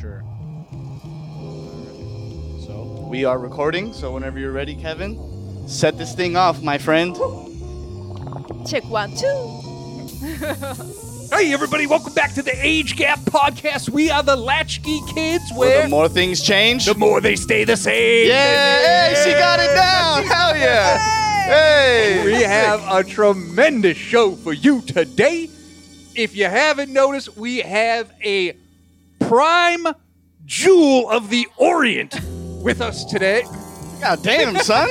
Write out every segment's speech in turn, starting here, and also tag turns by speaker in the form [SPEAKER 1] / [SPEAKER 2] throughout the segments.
[SPEAKER 1] sure. So we are recording. So whenever you're ready, Kevin, set this thing off, my friend.
[SPEAKER 2] Check one, two.
[SPEAKER 3] Hey, everybody, welcome back to the Age Gap Podcast. We are the Latchkey Kids,
[SPEAKER 1] Well,
[SPEAKER 3] where
[SPEAKER 1] the more things change,
[SPEAKER 3] the more they stay the same.
[SPEAKER 1] yeah. Hey, she got it down. Hell yeah. Hey.
[SPEAKER 3] We have a tremendous show for you today. If you haven't noticed, we have a prime jewel of the Orient with us today.
[SPEAKER 1] God damn, son.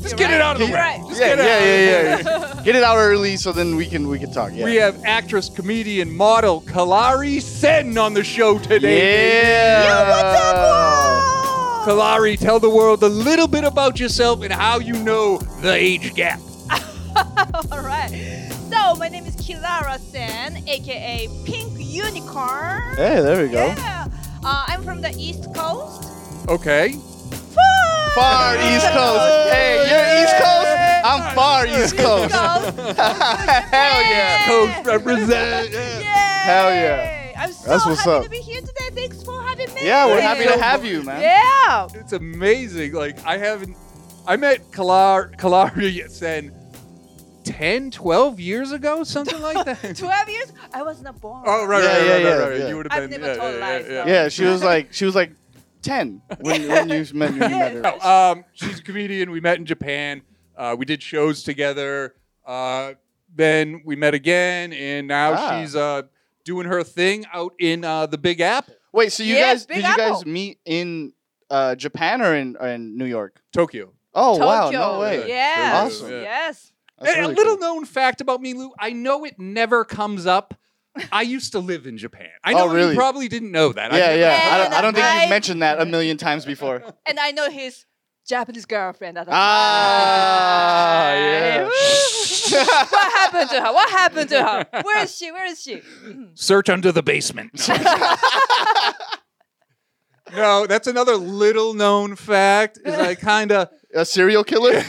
[SPEAKER 3] Just get it out of the way.
[SPEAKER 2] You're right.
[SPEAKER 3] Just
[SPEAKER 1] yeah,
[SPEAKER 3] get it out of the way.
[SPEAKER 1] yeah, yeah, yeah. Get it out early so then we can we can talk. Yeah.
[SPEAKER 3] We have actress, comedian, model Kalari Sen on the show today.
[SPEAKER 1] yeah.
[SPEAKER 3] Kalari, tell the world a little bit about yourself and how you know the age gap.
[SPEAKER 2] All right. So my name is Kilara Sen, aka Pink Unicorn.
[SPEAKER 1] Hey, there we go.
[SPEAKER 2] Yeah. Uh, I'm from the East Coast.
[SPEAKER 3] Okay.
[SPEAKER 2] Far,
[SPEAKER 1] Far East Coast. Hey, you're East Coast. I'm far East Coast.
[SPEAKER 2] Coast.
[SPEAKER 1] Hell yeah.
[SPEAKER 3] Coach represent.
[SPEAKER 2] Yay.
[SPEAKER 1] Hell yeah.
[SPEAKER 2] I'm so
[SPEAKER 1] That's what's
[SPEAKER 2] happy
[SPEAKER 1] up.
[SPEAKER 2] to be here today. Thanks for having me.
[SPEAKER 1] Yeah, we're
[SPEAKER 3] Hey.
[SPEAKER 1] happy to have you, man.
[SPEAKER 2] Yeah.
[SPEAKER 3] It's amazing. Like, I haven't. I met Kalar, Kalari Sen 10, 12 years ago, something like that.
[SPEAKER 2] 12 years? I was not born.
[SPEAKER 3] oh, right,
[SPEAKER 1] Yeah,
[SPEAKER 3] right,
[SPEAKER 1] yeah,
[SPEAKER 3] right,
[SPEAKER 1] yeah,
[SPEAKER 3] right, right.
[SPEAKER 1] yeah.
[SPEAKER 3] You would
[SPEAKER 2] I've
[SPEAKER 3] have been.
[SPEAKER 2] never told lies, though.
[SPEAKER 1] Yeah, she was like she was like ten when, when you met when you met her.
[SPEAKER 3] No, um, she's a comedian. We met in Japan. Uh, we did shows together. Uh, then we met again, and now
[SPEAKER 1] Ah.
[SPEAKER 3] she's uh, doing her thing out in uh, the Big Apple,
[SPEAKER 1] Wait, so you
[SPEAKER 2] Yeah,
[SPEAKER 1] guys
[SPEAKER 2] Big
[SPEAKER 1] did you guys
[SPEAKER 2] Apple.
[SPEAKER 1] meet in uh, Japan or in, or in New York?
[SPEAKER 3] Tokyo.
[SPEAKER 1] Oh wow,
[SPEAKER 2] Tokyo.
[SPEAKER 1] no way.
[SPEAKER 2] Yeah.
[SPEAKER 1] Awesome.
[SPEAKER 3] Yeah.
[SPEAKER 2] Yes.
[SPEAKER 1] That's
[SPEAKER 3] And
[SPEAKER 1] really
[SPEAKER 3] a little
[SPEAKER 1] cool.
[SPEAKER 3] known fact about me, Lou. I know it never comes up. I used to live in Japan. I
[SPEAKER 1] Oh,
[SPEAKER 3] know
[SPEAKER 1] really?
[SPEAKER 3] you probably didn't know that. I
[SPEAKER 1] Yeah,
[SPEAKER 3] never-
[SPEAKER 1] yeah. I don't,
[SPEAKER 2] And
[SPEAKER 1] I don't think
[SPEAKER 2] I-
[SPEAKER 1] you've mentioned that a million times before.
[SPEAKER 2] And I know his Japanese girlfriend at the
[SPEAKER 1] Ah,
[SPEAKER 2] time.
[SPEAKER 1] yeah.
[SPEAKER 2] Woo. what happened to her? What happened to her? Where is she? Where is she?
[SPEAKER 3] Search under the basement. no, that's another little known fact. Is I kind of.
[SPEAKER 1] a serial killer?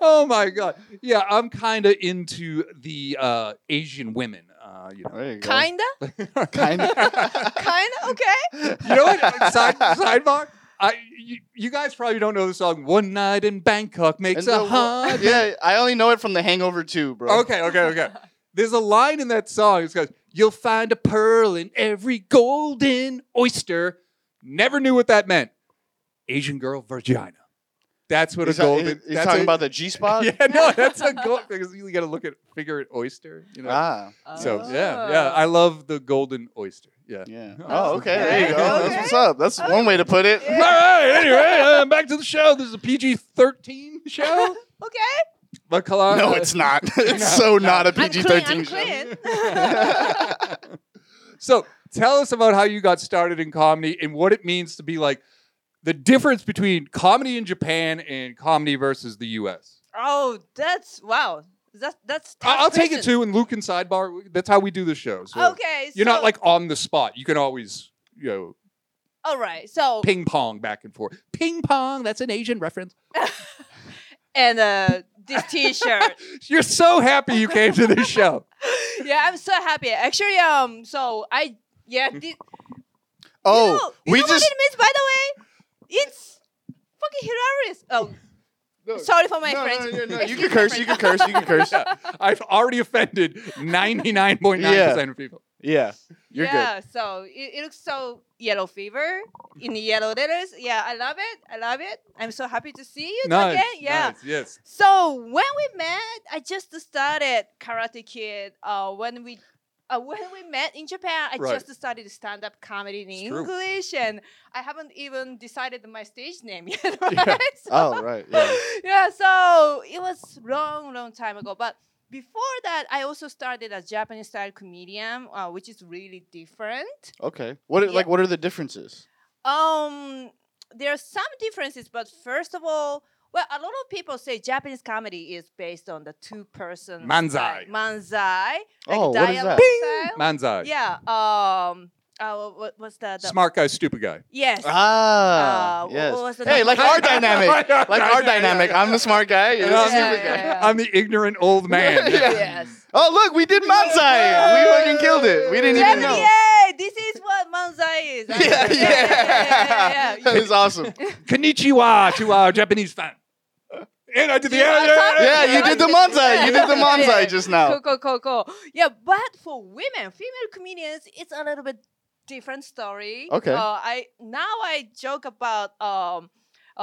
[SPEAKER 3] oh my god yeah i'm kind of into the uh asian women uh you know
[SPEAKER 1] There you go.
[SPEAKER 2] Kinda?
[SPEAKER 1] kind
[SPEAKER 2] Kinda? Okay.
[SPEAKER 3] you know what side sidebar I, you, you guys probably don't know the song "One Night in Bangkok Makes a Heart."
[SPEAKER 1] Yeah, I only know it from The Hangover 2, bro.
[SPEAKER 3] Okay, okay, okay. There's a line in that song. It goes, "You'll find a pearl in every golden oyster." Never knew what that meant. Asian girl vagina. That's what
[SPEAKER 1] He's,
[SPEAKER 3] a
[SPEAKER 1] ta-
[SPEAKER 3] golden.
[SPEAKER 1] he's
[SPEAKER 3] that's
[SPEAKER 1] talking
[SPEAKER 3] a-
[SPEAKER 1] about the G spot.
[SPEAKER 3] Yeah, no, that's a gold. Because you got to look at figure an oyster. You know.
[SPEAKER 1] Ah,
[SPEAKER 3] So yeah, yeah,
[SPEAKER 2] Oh.
[SPEAKER 3] I love the golden oyster. Yeah.
[SPEAKER 1] yeah.
[SPEAKER 3] Oh,
[SPEAKER 1] Oh, okay. There you
[SPEAKER 2] okay.
[SPEAKER 1] go. That's
[SPEAKER 2] Okay.
[SPEAKER 1] what's up. That's one way to put it.
[SPEAKER 3] All right. Anyway, uh, back to the show. This is a PG thirteen show.
[SPEAKER 2] Okay.
[SPEAKER 3] But Kalari,
[SPEAKER 1] No, it's not. It's so not a
[SPEAKER 2] Uh, I'm
[SPEAKER 1] PG
[SPEAKER 2] clean.
[SPEAKER 1] thirteen
[SPEAKER 2] I'm
[SPEAKER 1] show.
[SPEAKER 2] clean.
[SPEAKER 3] so tell us about how you got started in comedy and what it means to be like the difference between comedy in Japan and comedy versus the U.S.
[SPEAKER 2] oh, that's wow. That's that's.
[SPEAKER 3] I-
[SPEAKER 2] tough
[SPEAKER 3] I'll take it
[SPEAKER 2] question.
[SPEAKER 3] too, and Luke and Sidebar. That's how we do the show. So
[SPEAKER 2] Okay.
[SPEAKER 3] You're not
[SPEAKER 2] so-
[SPEAKER 3] like on the spot. You can always you know
[SPEAKER 2] All right. So
[SPEAKER 3] ping pong back and forth. Ping pong. That's an Asian reference.
[SPEAKER 2] and uh, this T-shirt.
[SPEAKER 3] You're so happy you came to this show.
[SPEAKER 2] yeah, I'm so happy. Actually, um, so I yeah. This,
[SPEAKER 1] Oh,
[SPEAKER 2] you know, you
[SPEAKER 1] we
[SPEAKER 2] know
[SPEAKER 1] just.
[SPEAKER 2] what it means by the way. It's fucking hilarious. Oh, sorry for my
[SPEAKER 1] no,
[SPEAKER 2] friends.
[SPEAKER 1] no, no, no, You
[SPEAKER 2] Excuse
[SPEAKER 1] can
[SPEAKER 2] my
[SPEAKER 1] curse.
[SPEAKER 2] friends.
[SPEAKER 1] You can curse. You can curse.
[SPEAKER 3] Yeah, I've already offended 99.9% of people.
[SPEAKER 1] Yeah, you're good.
[SPEAKER 2] yeah, so it, it looks so yellow fever in yellow letters. Yeah, I love it. I love it. I'm so happy to see you again. Yeah.
[SPEAKER 3] nice, yes.
[SPEAKER 2] So when we met, I just started Karate Kid. Uh, when we uh, when we met in Japan, I
[SPEAKER 3] Right.
[SPEAKER 2] just started stand up comedy in
[SPEAKER 3] It's true.
[SPEAKER 2] English, and I haven't even decided my stage name yet.
[SPEAKER 3] Yeah.
[SPEAKER 2] Right? So-
[SPEAKER 1] Oh right. Yeah.
[SPEAKER 2] yeah, so it was long, long time ago. But before that, I also started a Japanese style comedian, uh, which is really different.
[SPEAKER 1] Okay. What are,
[SPEAKER 2] Yeah.
[SPEAKER 1] like what are the differences?
[SPEAKER 2] Um, there are some differences, but first of all, well, a lot of people say Japanese comedy is based on the two-person
[SPEAKER 3] Manzai.
[SPEAKER 2] style- manzai, like
[SPEAKER 1] Oh, what is
[SPEAKER 2] dialogue
[SPEAKER 1] that?
[SPEAKER 2] style.
[SPEAKER 3] Manzai.
[SPEAKER 2] Yeah. Um, uh, what was the, the
[SPEAKER 3] Smart guy, stupid guy.
[SPEAKER 2] Yes.
[SPEAKER 1] Ah,
[SPEAKER 2] Uh, wh-
[SPEAKER 1] yes.
[SPEAKER 2] what was the
[SPEAKER 1] hey,
[SPEAKER 2] name?
[SPEAKER 1] like our dynamic. Like our
[SPEAKER 3] Yeah, yeah,
[SPEAKER 1] dynamic.
[SPEAKER 3] yeah.
[SPEAKER 1] I'm the smart guy. You're
[SPEAKER 3] Yeah,
[SPEAKER 1] the stupid
[SPEAKER 2] yeah,
[SPEAKER 1] guy.
[SPEAKER 2] yeah.
[SPEAKER 3] I'm the ignorant old man.
[SPEAKER 1] Yeah.
[SPEAKER 2] Yes.
[SPEAKER 1] Oh, look, we did Mansai. We fucking killed it. We didn't even know.
[SPEAKER 2] Yay! This is what Manzai is.
[SPEAKER 1] Yeah, yeah,
[SPEAKER 2] yeah, yeah, yeah.
[SPEAKER 1] That is awesome.
[SPEAKER 3] Konnichiwa to our Japanese fan. And I did the
[SPEAKER 2] Yeah,
[SPEAKER 1] Yeah, you did the Manzai. You did the
[SPEAKER 2] Yeah.
[SPEAKER 1] Manzai just
[SPEAKER 2] Cool,
[SPEAKER 1] now.
[SPEAKER 2] cool, cool, cool. Yeah, but for women, female comedians, it's a little bit different story.
[SPEAKER 1] Okay.
[SPEAKER 2] Uh, I now I joke about um,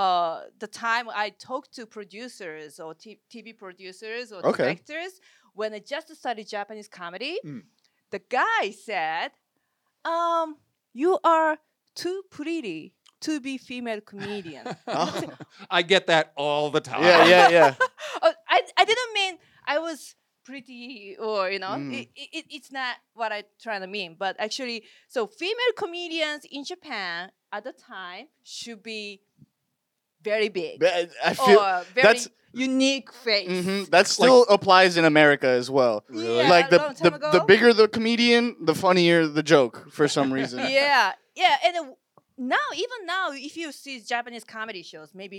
[SPEAKER 2] uh, the time I talk to producers or t- TV producers or
[SPEAKER 1] Okay.
[SPEAKER 2] directors when I just started Japanese comedy.
[SPEAKER 3] Mm.
[SPEAKER 2] The guy said, um, "You are too pretty." To be female comedian,
[SPEAKER 1] Oh.
[SPEAKER 3] I get that all the time.
[SPEAKER 1] Yeah, yeah, yeah.
[SPEAKER 2] Oh, I, I didn't mean I was pretty or you know
[SPEAKER 1] Mm.
[SPEAKER 2] it, it, it- it's not what i trying to mean but actually so female comedians in japan at the time should be very big
[SPEAKER 1] But I feel
[SPEAKER 2] or very
[SPEAKER 1] that's-
[SPEAKER 2] unique face
[SPEAKER 1] hmm that still applies in America as well.
[SPEAKER 2] Really? Yeah,
[SPEAKER 1] like
[SPEAKER 2] a
[SPEAKER 1] the
[SPEAKER 2] long time
[SPEAKER 1] the, the
[SPEAKER 2] ago.
[SPEAKER 1] bigger the comedian, the funnier the joke for some reason.
[SPEAKER 2] yeah yeah and uh, now even now if you see japanese comedy shows maybe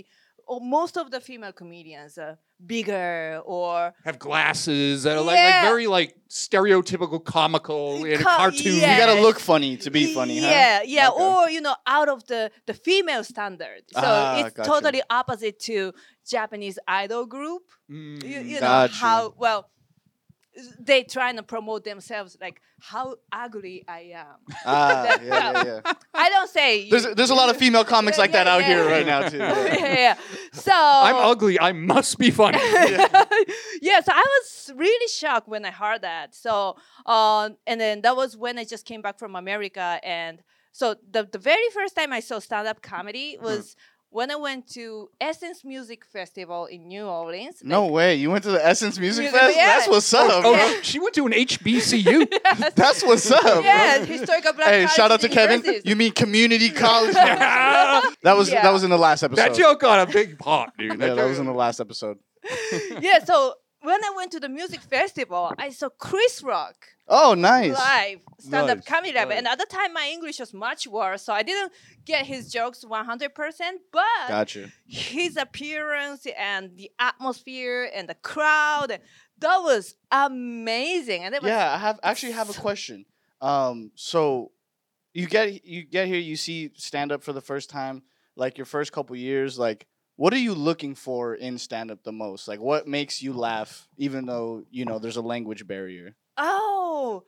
[SPEAKER 2] or most of the female comedians are bigger or
[SPEAKER 3] Have glasses that are like, like
[SPEAKER 2] Yeah.
[SPEAKER 3] very like stereotypical comical in a
[SPEAKER 2] Co-
[SPEAKER 3] cartoon.
[SPEAKER 1] You
[SPEAKER 2] yeah.
[SPEAKER 1] gotta look funny to be funny, huh?
[SPEAKER 2] Yeah, yeah,
[SPEAKER 1] Okay.
[SPEAKER 2] or you know, out of the the female standard. So
[SPEAKER 1] Ah,
[SPEAKER 2] it's
[SPEAKER 1] gotcha.
[SPEAKER 2] totally opposite to Japanese idol group.
[SPEAKER 3] Mm.
[SPEAKER 2] You, you know
[SPEAKER 1] Mm, Gotcha.
[SPEAKER 2] how well they trying to promote themselves like how ugly I am.
[SPEAKER 1] Ah, yeah, yeah, yeah.
[SPEAKER 2] I don't say you-
[SPEAKER 1] There's there's a lot of female comics
[SPEAKER 2] Yeah,
[SPEAKER 1] like that
[SPEAKER 2] yeah,
[SPEAKER 1] out
[SPEAKER 2] yeah.
[SPEAKER 1] here right now too.
[SPEAKER 2] yeah,
[SPEAKER 1] Yeah.
[SPEAKER 2] yeah. So
[SPEAKER 3] I'm ugly. I must be funny.
[SPEAKER 2] yeah, so I was really shocked when I heard that. So, um, and then that was when I just came back from America. And so the, the very first time I saw stand up comedy
[SPEAKER 1] Mm-hmm.
[SPEAKER 2] was when I went to Essence Music Festival in New Orleans.
[SPEAKER 1] No way. You went to the Essence Music
[SPEAKER 2] Music-
[SPEAKER 1] Fest?
[SPEAKER 2] yeah.
[SPEAKER 1] That's what's up.
[SPEAKER 3] Oh, no, she went to an HBCU.
[SPEAKER 1] That's what's up. bro.
[SPEAKER 2] Yeah, historical black
[SPEAKER 1] Hey, shout out
[SPEAKER 2] colleges
[SPEAKER 1] to
[SPEAKER 2] and
[SPEAKER 1] Kevin.
[SPEAKER 2] universities.
[SPEAKER 1] You mean community college? that
[SPEAKER 3] that
[SPEAKER 1] was
[SPEAKER 2] Yeah.
[SPEAKER 1] that was in the last episode.
[SPEAKER 3] joke got a big pop, dude.
[SPEAKER 1] yeah, that
[SPEAKER 3] joke-
[SPEAKER 1] was in the last episode.
[SPEAKER 2] yeah, so when I went to the music festival, I saw Chris Rock.
[SPEAKER 1] Oh, nice.
[SPEAKER 2] live stand-up
[SPEAKER 1] Nice,
[SPEAKER 2] comedy live.
[SPEAKER 1] nice.
[SPEAKER 2] And at the time, my English was much worse, so I didn't get his jokes 100%. But
[SPEAKER 1] Gotcha.
[SPEAKER 2] his appearance and the atmosphere and the crowd, that was amazing. And it was,
[SPEAKER 1] Yeah, I have actually have a question. Um, so you get you get here, you see stand up for the first time, like your first couple years, like what are you looking for in stand up the most? Like what makes you laugh even though, you know, there's a language barrier?
[SPEAKER 2] oh,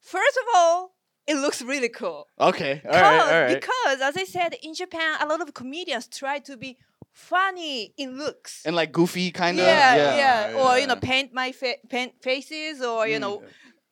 [SPEAKER 2] first of all, it looks really cool.
[SPEAKER 1] Okay. All
[SPEAKER 2] Because,
[SPEAKER 1] right. All right.
[SPEAKER 2] because, as I said, in Japan, a lot of comedians try to be funny in looks.
[SPEAKER 1] and like goofy kind of.
[SPEAKER 2] yeah,
[SPEAKER 1] yeah.
[SPEAKER 2] yeah, Or you know,
[SPEAKER 3] yeah.
[SPEAKER 2] paint my fa- paint faces, or you
[SPEAKER 1] Mm.
[SPEAKER 2] know,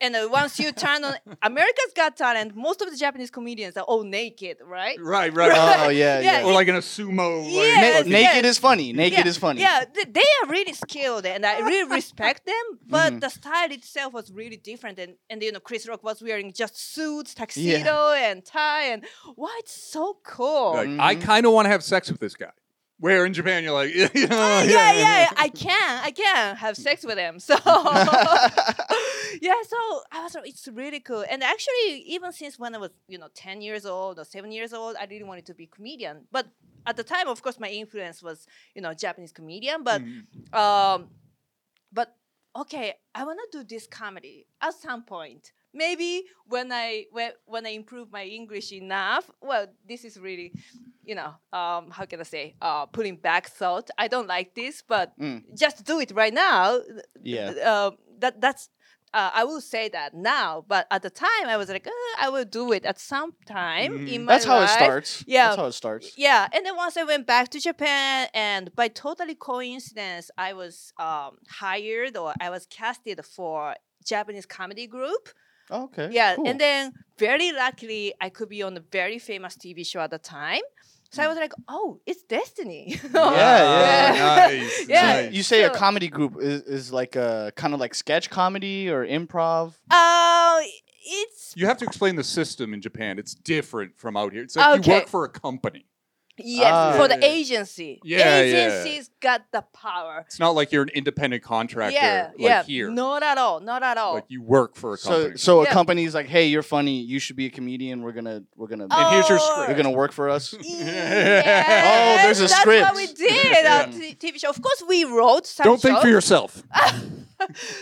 [SPEAKER 2] and uh, once you turn on America's Got Talent, most of the Japanese comedians are all naked, right?
[SPEAKER 3] Right, right.
[SPEAKER 1] Oh yeah, yeah.
[SPEAKER 2] Yeah,
[SPEAKER 3] Or like in a sumo. like,
[SPEAKER 2] Yeah.
[SPEAKER 1] Na-
[SPEAKER 2] Yes,
[SPEAKER 3] fucking-
[SPEAKER 1] naked
[SPEAKER 2] yes.
[SPEAKER 1] is funny. Naked
[SPEAKER 2] yeah,
[SPEAKER 1] is funny.
[SPEAKER 2] Yeah, th- they are really skilled, and I really respect them. But
[SPEAKER 1] Mhm.
[SPEAKER 2] the style itself was really different, and and you know, Chris Rock was wearing just suits,
[SPEAKER 1] Yeah.
[SPEAKER 2] tuxedo, and tie, and wow, it's so cool.
[SPEAKER 3] Like,
[SPEAKER 1] Mhm.
[SPEAKER 3] I kind of want to have sex with this guy. Where in Japan you're like, yeah, yeah,
[SPEAKER 2] Ah, yeah, yeah, I can, I can have sex with him. So yeah, so I was like, it's really cool. And actually, even since when I was, you know, 10 years old or seven years old, I really wanted to be comedian. But at the time, of course, my influence was, you know, Japanese comedian. But
[SPEAKER 3] Mm.
[SPEAKER 2] um, but okay, I wanna do this comedy at some point. Maybe when I when, when I improve my English enough, well, this is really, you know, um, how can I say, uh, putting back thought. I don't like this, but
[SPEAKER 1] Mm.
[SPEAKER 2] just do it right now. th-
[SPEAKER 1] Yeah.
[SPEAKER 2] th- Um, that that's. Uh, I will say that now, but at the time I was like, uh, I will do it at some time
[SPEAKER 3] Mhm.
[SPEAKER 2] in my
[SPEAKER 1] Mm-hmm. That's how it
[SPEAKER 2] life.
[SPEAKER 1] starts.
[SPEAKER 2] Yeah.
[SPEAKER 1] That's how it starts.
[SPEAKER 2] Yeah, and then once I went back to Japan, and by totally coincidence, I was um, hired or I was casted for Japanese comedy group.
[SPEAKER 1] Oh, okay.
[SPEAKER 2] Yeah,
[SPEAKER 1] cool.
[SPEAKER 2] and then very luckily, I could be on a very famous TV show at the time. So I was like, "Oh, it's destiny."
[SPEAKER 1] Hmm. Yeah,
[SPEAKER 2] yeah.
[SPEAKER 3] Nice,
[SPEAKER 2] Yeah.
[SPEAKER 1] So
[SPEAKER 3] nice.
[SPEAKER 1] you say a
[SPEAKER 2] So-
[SPEAKER 1] comedy group is, is like a kind of like sketch comedy or improv.
[SPEAKER 2] Uh, it's
[SPEAKER 3] You have to explain the system in Japan. It's different from out here. It's like you
[SPEAKER 2] Okay.
[SPEAKER 3] work for a company.
[SPEAKER 2] Yes,
[SPEAKER 1] Ah.
[SPEAKER 2] for the agency.
[SPEAKER 3] Yeah, yeah.
[SPEAKER 2] Agencies got the power.
[SPEAKER 3] It's not like you're an independent contractor
[SPEAKER 2] yeah,
[SPEAKER 3] like
[SPEAKER 2] yeah.
[SPEAKER 3] here.
[SPEAKER 2] Not at all. Not at all.
[SPEAKER 3] Like you work for a
[SPEAKER 1] So
[SPEAKER 3] company.
[SPEAKER 1] so a
[SPEAKER 2] Yeah.
[SPEAKER 1] company's like, hey, you're funny. You should be a comedian. We're gonna we're gonna
[SPEAKER 2] Oh,
[SPEAKER 3] and here's your script. Oh,
[SPEAKER 1] you're gonna work for us.
[SPEAKER 2] Yes,
[SPEAKER 1] there's a
[SPEAKER 2] that's what we
[SPEAKER 1] script.
[SPEAKER 2] did on
[SPEAKER 1] Yeah.
[SPEAKER 2] t- TV show. Of course, we wrote some
[SPEAKER 3] Don't think for
[SPEAKER 2] shows.
[SPEAKER 3] yourself.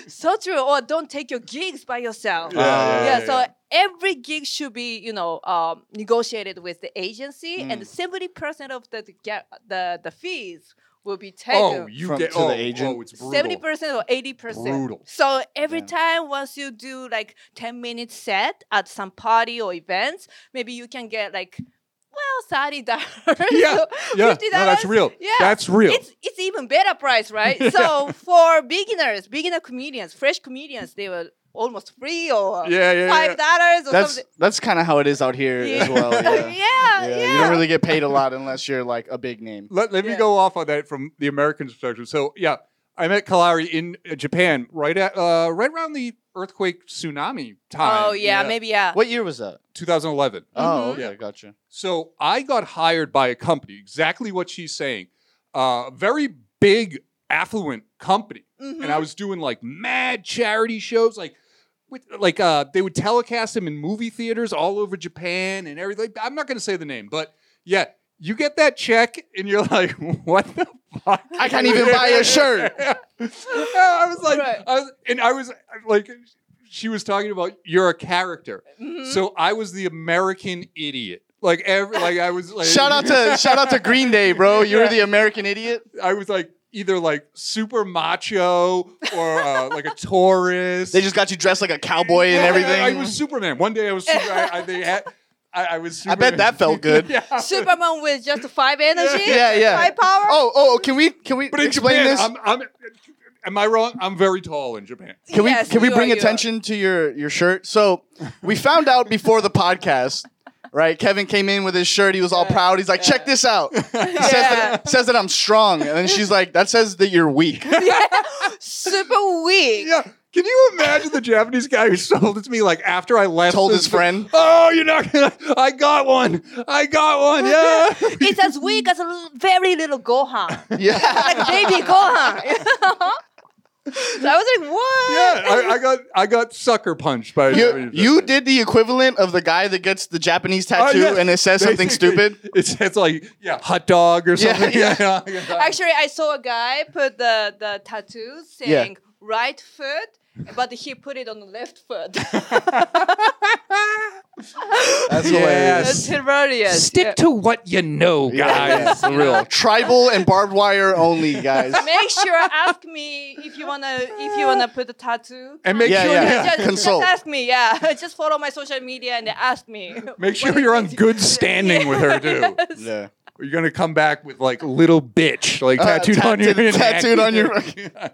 [SPEAKER 2] so true. Or don't take your gigs by yourself.
[SPEAKER 1] Yeah, yeah,
[SPEAKER 2] yeah, so every gig should be you know um, negotiated with the agency
[SPEAKER 3] Hmm.
[SPEAKER 2] and 70% of the the, ga- the the fees will be
[SPEAKER 3] oh,
[SPEAKER 2] taken
[SPEAKER 3] you
[SPEAKER 1] From-
[SPEAKER 3] get
[SPEAKER 1] to the
[SPEAKER 3] oh,
[SPEAKER 1] agent.
[SPEAKER 3] oh, it's brutal.
[SPEAKER 2] 70% or 80%
[SPEAKER 3] Brutal.
[SPEAKER 2] so every
[SPEAKER 1] Yeah.
[SPEAKER 2] time once you do like 10 minute set at some party or events maybe you can get like well $30
[SPEAKER 3] Yeah, yeah,
[SPEAKER 2] $50
[SPEAKER 3] no, that's real.
[SPEAKER 2] yeah.
[SPEAKER 3] That's real.
[SPEAKER 2] it's it's even better price, right? So for beginners, beginner comedians, fresh comedians, they were almost free or
[SPEAKER 3] Yeah, yeah,
[SPEAKER 2] five dollars or
[SPEAKER 1] That's
[SPEAKER 2] something.
[SPEAKER 1] that's kind of how it is out here as well.
[SPEAKER 2] yeah,
[SPEAKER 1] Yeah.
[SPEAKER 2] yeah.
[SPEAKER 1] You don't really get paid a lot unless you're like a big name.
[SPEAKER 3] let, let me
[SPEAKER 2] Yeah.
[SPEAKER 3] go off on that from the American perspective. So yeah, I met Kalari in uh, Japan right at uh, right around the earthquake tsunami time. uh,
[SPEAKER 2] oh yeah, maybe yeah.
[SPEAKER 1] What year was that?
[SPEAKER 3] 2011.
[SPEAKER 1] Oh,
[SPEAKER 2] Mhm.
[SPEAKER 1] okay,
[SPEAKER 3] Yeah.
[SPEAKER 1] gotcha.
[SPEAKER 3] So I got hired by a company. Exactly what she's saying. Uh, very big, affluent company,
[SPEAKER 2] Mhm.
[SPEAKER 3] and I was doing like mad charity shows, like. With, like uh, they would telecast them in movie theaters all over Japan and everything. I'm not going to say the name, but yeah, you get that check and you're like, what the fuck?
[SPEAKER 1] I can't even buy a shirt.
[SPEAKER 3] I was like,
[SPEAKER 2] Right.
[SPEAKER 3] I was, and I was like, she was talking about you're a character.
[SPEAKER 1] Mm-hmm.
[SPEAKER 2] Mhm.
[SPEAKER 3] So I was the American idiot. Like every, like I was like,
[SPEAKER 1] shout out to shout out to Green Day, bro. You were
[SPEAKER 3] Yeah.
[SPEAKER 1] the American idiot.
[SPEAKER 3] I was like either like super macho or uh, like a tourist.
[SPEAKER 1] They just got you dressed like a cowboy and
[SPEAKER 3] Yeah,
[SPEAKER 1] everything.
[SPEAKER 3] I, was Superman. One day I was. Super, I, I, they had, I, I was.
[SPEAKER 1] I
[SPEAKER 3] Superman.
[SPEAKER 1] bet that felt good.
[SPEAKER 3] yeah.
[SPEAKER 2] Superman with just five energy,
[SPEAKER 1] Yeah, yeah.
[SPEAKER 2] five power.
[SPEAKER 1] Oh, oh, can we can we
[SPEAKER 3] But in
[SPEAKER 1] explain
[SPEAKER 3] Japan,
[SPEAKER 1] this?
[SPEAKER 3] I'm, I'm, am I wrong? I'm very tall in Japan.
[SPEAKER 1] Can we
[SPEAKER 2] Yes,
[SPEAKER 1] can we
[SPEAKER 2] you are,
[SPEAKER 1] bring
[SPEAKER 2] you are.
[SPEAKER 1] attention to your your shirt? So we found out before the podcast, right? Kevin came in with his shirt. He was all proud. He's like, "Check this out." He says, that, says that I'm strong, and then she's like, "That says that you're weak."
[SPEAKER 2] Super weak.
[SPEAKER 3] Yeah. Can you imagine the Japanese guy who sold it to me like after I left?
[SPEAKER 1] Told
[SPEAKER 3] this-
[SPEAKER 1] his friend.
[SPEAKER 3] Oh, you're not gonna I got one. I got one, yeah.
[SPEAKER 2] It's as weak as a l- very little Gohan,
[SPEAKER 1] Yeah,
[SPEAKER 2] like baby Gohan. you know? so I was like, what?
[SPEAKER 3] yeah. I, I got I got sucker punched by a
[SPEAKER 1] you,
[SPEAKER 3] Japanese
[SPEAKER 1] you
[SPEAKER 3] person.
[SPEAKER 1] did the equivalent of the guy that gets the Japanese
[SPEAKER 3] Oh,
[SPEAKER 1] tattoo
[SPEAKER 3] yeah.
[SPEAKER 1] and it says something
[SPEAKER 3] Basically,
[SPEAKER 1] stupid.
[SPEAKER 3] It's it's like yeah, hot dog or
[SPEAKER 1] Yeah,
[SPEAKER 3] something.
[SPEAKER 1] yeah.
[SPEAKER 2] Actually, I saw a guy put the the tattoo saying right foot, but he put it on the left foot.
[SPEAKER 1] That's
[SPEAKER 3] Yes.
[SPEAKER 1] hilarious.
[SPEAKER 2] That's hilarious. yeah.
[SPEAKER 3] to what you know,
[SPEAKER 1] Yeah, yeah, for real. Tribal and barbed wire only, guys.
[SPEAKER 2] Make sure ask me if you wanna if you wanna put a tattoo.
[SPEAKER 3] And make
[SPEAKER 1] Yeah,
[SPEAKER 3] sure
[SPEAKER 1] yeah.
[SPEAKER 3] you-
[SPEAKER 2] Just, just
[SPEAKER 1] consult.
[SPEAKER 2] ask me, yeah. Just follow my social media and ask me.
[SPEAKER 3] make sure
[SPEAKER 2] what
[SPEAKER 3] you're on
[SPEAKER 2] it is.
[SPEAKER 3] good standing with her too.
[SPEAKER 1] Yeah.
[SPEAKER 3] You're gonna come back with like little bitch, like
[SPEAKER 1] Uh,
[SPEAKER 3] tattooed on your
[SPEAKER 1] tattooed-
[SPEAKER 3] neck.
[SPEAKER 1] tattooed on your-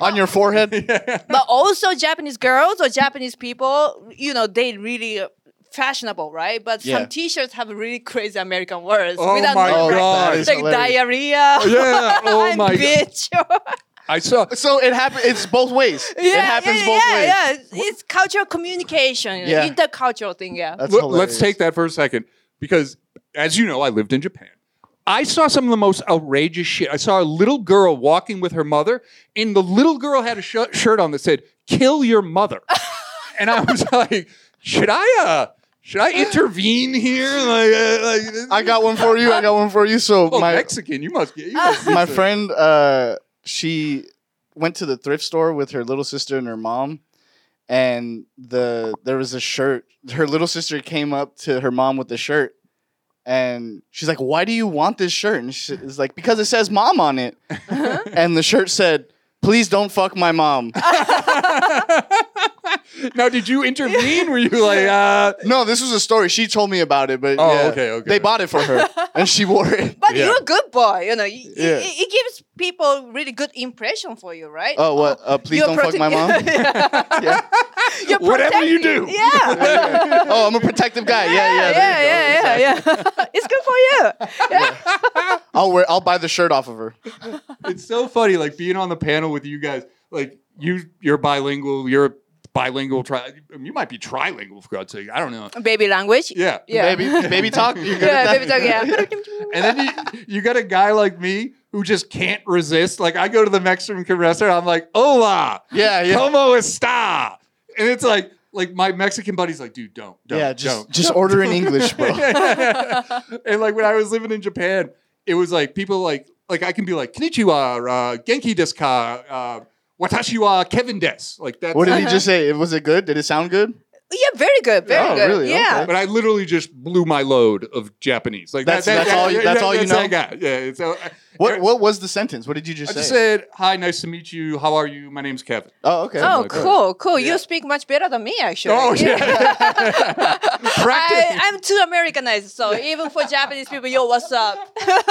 [SPEAKER 1] On your forehead.
[SPEAKER 2] But also Japanese girls or Japanese people, you know, they really fashionable, right? But
[SPEAKER 1] Yeah.
[SPEAKER 2] some T-shirts have really crazy American words.
[SPEAKER 3] Oh
[SPEAKER 2] without
[SPEAKER 3] my
[SPEAKER 2] knowing, right?
[SPEAKER 1] God.
[SPEAKER 2] It's
[SPEAKER 1] That
[SPEAKER 2] like
[SPEAKER 1] is hilarious.
[SPEAKER 2] diarrhea.
[SPEAKER 3] yeah. Oh
[SPEAKER 2] I'm
[SPEAKER 3] my god.
[SPEAKER 2] bitch. yeah,
[SPEAKER 3] I saw
[SPEAKER 1] So it happens. It's both ways. it happens
[SPEAKER 2] yeah,
[SPEAKER 1] both
[SPEAKER 2] yeah,
[SPEAKER 1] ways.
[SPEAKER 2] yeah. It's- It's cultural communication,
[SPEAKER 1] Yeah.
[SPEAKER 2] intercultural thing. Yeah.
[SPEAKER 1] That's
[SPEAKER 3] Let-
[SPEAKER 1] hilarious.
[SPEAKER 3] Let's take that for a second because, as you know, I lived in Japan. I saw some of the most outrageous shit. I saw a little girl walking with her mother, and the little girl had a sh- shirt on that said "Kill your mother," and I was like, "Should I? Uh, should I intervene here?" Like, uh, like
[SPEAKER 1] I got one for you. I got one for you. So
[SPEAKER 3] oh,
[SPEAKER 1] my
[SPEAKER 3] Mexican, you must get. You must
[SPEAKER 1] my friend, uh, she went to the thrift store with her little sister and her mom, and the there was a shirt. Her little sister came up to her mom with the shirt, and she's like, "Why do you want this shirt?" And she's like, "Because it says mom on it," and the shirt said. Please don't fuck my mom.
[SPEAKER 3] now, did you intervene? Were you like, uh,
[SPEAKER 1] No, this was a story. She told me about it, but
[SPEAKER 3] Oh,
[SPEAKER 1] yeah,
[SPEAKER 3] okay, okay.
[SPEAKER 1] They bought it for her, and she wore it.
[SPEAKER 2] But
[SPEAKER 3] Yeah.
[SPEAKER 2] you're a good boy, you know. y- y-
[SPEAKER 1] Yeah.
[SPEAKER 2] It, it gives people really good impression for you, right?
[SPEAKER 1] Oh, what? Uh, please
[SPEAKER 2] You're
[SPEAKER 1] don't fuck
[SPEAKER 2] prote-
[SPEAKER 1] my mom. Yeah.
[SPEAKER 2] You're
[SPEAKER 3] whatever you do?
[SPEAKER 2] protecting- Yeah.
[SPEAKER 1] Oh, I'm a protective guy. Yeah, yeah,
[SPEAKER 2] yeah,
[SPEAKER 1] there
[SPEAKER 2] yeah,
[SPEAKER 1] you go.
[SPEAKER 2] yeah,
[SPEAKER 1] Exactly.
[SPEAKER 2] yeah, yeah. it's good for you.
[SPEAKER 1] I'll wear. I'll buy the shirt off of her.
[SPEAKER 3] it's so funny, like being on the panel with you guys. Like you, you're bilingual. You're bilingual, tri- you might be trilingual for God's sake. I don't know.
[SPEAKER 2] Baby language.
[SPEAKER 3] Yeah.
[SPEAKER 2] Yeah.
[SPEAKER 1] Baby, baby talk. You're good
[SPEAKER 2] Yeah,
[SPEAKER 1] at
[SPEAKER 2] baby talk.
[SPEAKER 1] that?
[SPEAKER 2] Yeah.
[SPEAKER 3] And then you, you got a guy like me who just can't resist. Like I go to the Mexican restaurant, I'm like, hola,
[SPEAKER 1] yeah, yeah.
[SPEAKER 3] como esta? And it's like, like my Mexican buddy's like, dude, don't, don't,
[SPEAKER 1] yeah, just
[SPEAKER 3] don't.
[SPEAKER 1] just order in English, bro.
[SPEAKER 3] and like when I was living in Japan, it was like people like like I can be like konnichiwa, uh, genki desu ka, uh, watashi wa Kevin desu. Like that's
[SPEAKER 1] What did he just say? Was it good? Did it sound good?
[SPEAKER 2] Yeah, very good. Very
[SPEAKER 1] Oh,
[SPEAKER 2] good.
[SPEAKER 1] really?
[SPEAKER 2] Yeah.
[SPEAKER 1] Okay.
[SPEAKER 3] But I literally just blew my load of Japanese. Like
[SPEAKER 1] That's- that's all you- that's all you
[SPEAKER 3] I got. Yeah. it's- uh, I-
[SPEAKER 1] What what was the sentence? What did you
[SPEAKER 3] I
[SPEAKER 1] just
[SPEAKER 3] just
[SPEAKER 1] say?
[SPEAKER 3] said hi, nice to meet you. How are you? My name's Kevin.
[SPEAKER 1] Oh, okay.
[SPEAKER 2] Oh,
[SPEAKER 3] like that.
[SPEAKER 2] cool, cool.
[SPEAKER 3] Yeah.
[SPEAKER 2] You speak much better than me, actually.
[SPEAKER 3] Oh yeah.
[SPEAKER 2] I,
[SPEAKER 3] Practice.
[SPEAKER 2] I'm too Americanized, so even for Japanese people, yo, what's up?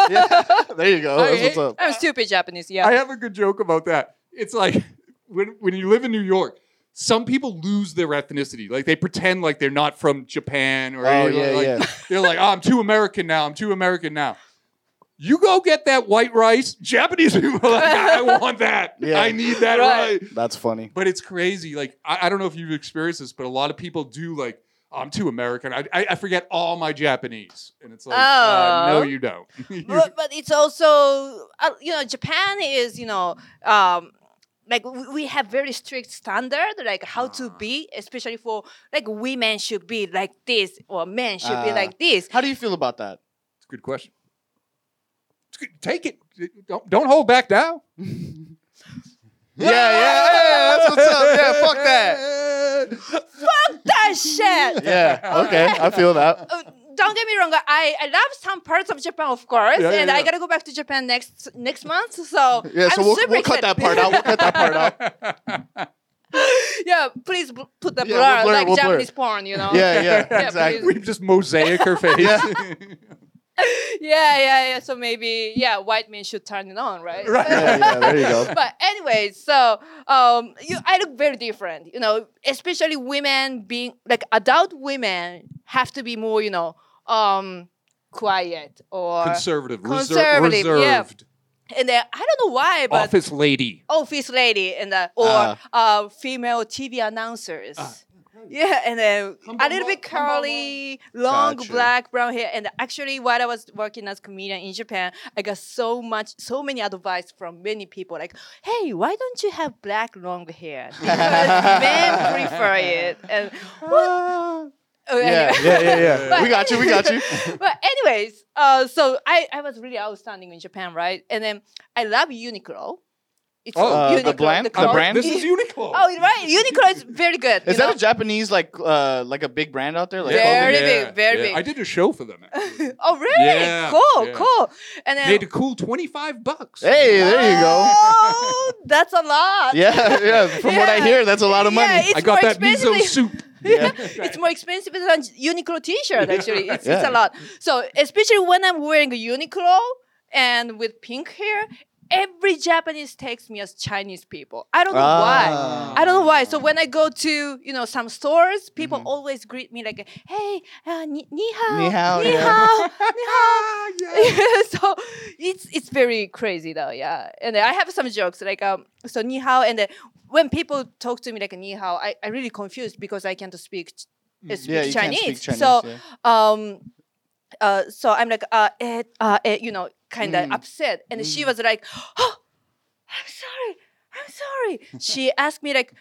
[SPEAKER 1] Yeah. there you go. That's what's up.
[SPEAKER 2] I'm stupid Japanese, yeah.
[SPEAKER 3] I have a good joke about that. It's like when when you live in New York, some people lose their ethnicity. Like they pretend like they're not from Japan or
[SPEAKER 1] Oh,
[SPEAKER 3] anything.
[SPEAKER 1] yeah,
[SPEAKER 3] like,
[SPEAKER 1] yeah.
[SPEAKER 3] They're like, oh, I'm too American now. I'm too American now. You go get that white rice. Japanese people are like, I want that.
[SPEAKER 1] Yeah.
[SPEAKER 3] I need that
[SPEAKER 2] Right.
[SPEAKER 3] rice.
[SPEAKER 1] That's funny.
[SPEAKER 3] But it's crazy. Like I, I don't know if you've experienced this, but a lot of people do like. "Oh, I'm too American. I, I, I forget all my Japanese, and it's like, uh,
[SPEAKER 2] Oh.
[SPEAKER 3] no, you don't.
[SPEAKER 2] but, but it's also uh, you know Japan is you know um, like w- we have very strict standard like how to be especially for like women should be like this or men should be
[SPEAKER 1] Ah.
[SPEAKER 2] like this.
[SPEAKER 1] How do you feel about that?
[SPEAKER 3] It's a good question. It's good. Take it. Don't don't hold back now.
[SPEAKER 1] Yeah, yeah, yeah. That's what's up. Yeah, fuck that.
[SPEAKER 3] that.
[SPEAKER 2] That shit.
[SPEAKER 1] Yeah. Okay. I feel that.
[SPEAKER 2] Uh, don't get me wrong. I, I love some parts of Japan, of course,
[SPEAKER 3] Yeah, yeah,
[SPEAKER 2] and I
[SPEAKER 3] yeah.
[SPEAKER 2] gotta go back to Japan next next month. So
[SPEAKER 1] Yeah. So
[SPEAKER 2] I'm
[SPEAKER 1] we'll,
[SPEAKER 2] super
[SPEAKER 1] we'll cut that
[SPEAKER 2] excited.
[SPEAKER 1] part out. We'll cut that part out.
[SPEAKER 3] Uh,
[SPEAKER 2] yeah, please bl- put the
[SPEAKER 1] Yeah,
[SPEAKER 2] blur,
[SPEAKER 1] we'll blur,
[SPEAKER 2] like
[SPEAKER 1] we'll blur.
[SPEAKER 2] Japanese porn, you know.
[SPEAKER 1] Yeah. Yeah.
[SPEAKER 2] Yeah,
[SPEAKER 1] Exactly.
[SPEAKER 3] We just mosaic her face.
[SPEAKER 1] Yeah.
[SPEAKER 2] yeah, yeah, yeah. So maybe, yeah, white men should turn it on, right?
[SPEAKER 3] Right.
[SPEAKER 1] Yeah. Yeah. There you go.
[SPEAKER 2] but anyway, so um, you, I look very different, you know, especially women being like adult women have to be more, you know, um, quiet or
[SPEAKER 3] Conservative, reser-
[SPEAKER 2] Conservative, yeah.
[SPEAKER 3] reserved,
[SPEAKER 2] and then I don't know why, but office,
[SPEAKER 3] office lady.
[SPEAKER 2] lady and uh, or uh,
[SPEAKER 1] Ah.
[SPEAKER 2] female TV announcers.
[SPEAKER 1] Uh.
[SPEAKER 2] Yeah, and then a
[SPEAKER 3] Humble
[SPEAKER 2] little bit
[SPEAKER 3] mo- humble
[SPEAKER 2] curly, long
[SPEAKER 1] Gotcha.
[SPEAKER 2] black brown hair. And actually, while I was working as comedian in Japan, I got so much, so many advice from many people. Like, hey, why don't you have black long hair? Because men prefer it. And what? Oh,
[SPEAKER 1] Yeah.
[SPEAKER 2] anyway.
[SPEAKER 1] Yeah. Yeah. Yeah.
[SPEAKER 2] But-
[SPEAKER 1] We got you. We got you.
[SPEAKER 2] but anyways, uh, so I, I was really outstanding in Japan, right? And then I love Uniqlo. It's
[SPEAKER 3] Oh,
[SPEAKER 1] Uh, the
[SPEAKER 2] Uniqlo,
[SPEAKER 1] bland- the
[SPEAKER 2] clothes-
[SPEAKER 1] brand?
[SPEAKER 3] This is Uniqlo.
[SPEAKER 2] Oh, right. Uniqlo is very good.
[SPEAKER 1] Is
[SPEAKER 2] you know?
[SPEAKER 1] that a Japanese like uh like a big brand out there? Like
[SPEAKER 2] Yeah.
[SPEAKER 1] clothing?
[SPEAKER 2] Very big, very big.
[SPEAKER 3] I did a show for them. actually.
[SPEAKER 2] Oh, really?
[SPEAKER 3] Yeah,
[SPEAKER 2] Cool,
[SPEAKER 3] yeah.
[SPEAKER 2] cool. And then
[SPEAKER 3] Made a cool twenty-five bucks.
[SPEAKER 1] Hey, there you go.
[SPEAKER 2] Oh, that's a lot.
[SPEAKER 1] Yeah, yeah. From what I
[SPEAKER 2] Yeah.
[SPEAKER 1] hear, that's a lot of money.
[SPEAKER 2] Yeah, it's
[SPEAKER 3] I got
[SPEAKER 2] more
[SPEAKER 3] that miso
[SPEAKER 2] expensive.
[SPEAKER 3] soup.
[SPEAKER 1] Yeah.
[SPEAKER 2] it's more expensive than Uniqlo T-shirt. Actually, it's, it's
[SPEAKER 1] Yeah.
[SPEAKER 2] a lot. So especially when I'm wearing a Uniqlo and with pink hair, every Japanese takes me as Chinese people. I don't know why.
[SPEAKER 1] Ah.
[SPEAKER 2] I don't know why. So when I go to you know some stores, people always greet me like, "Hey, uh, ni, ni hao,
[SPEAKER 1] Mm-hmm. Ni hao,
[SPEAKER 2] ni
[SPEAKER 1] yeah.
[SPEAKER 2] hao, ni hao."
[SPEAKER 3] Ah, yeah.
[SPEAKER 2] so it's it's very crazy though, yeah. And I have some jokes like um so ni hao and then when people talk to me like ni hao, I I really confused because I can't speak ch- uh, speak,
[SPEAKER 1] Mm, Yeah, you can't
[SPEAKER 2] Chinese.
[SPEAKER 1] speak Chinese,
[SPEAKER 2] So
[SPEAKER 1] yeah.
[SPEAKER 2] um uh so I'm like uh eh, uh eh, you know kind of
[SPEAKER 1] Mm.
[SPEAKER 2] upset and she was like oh I'm sorry I'm sorry she asked me like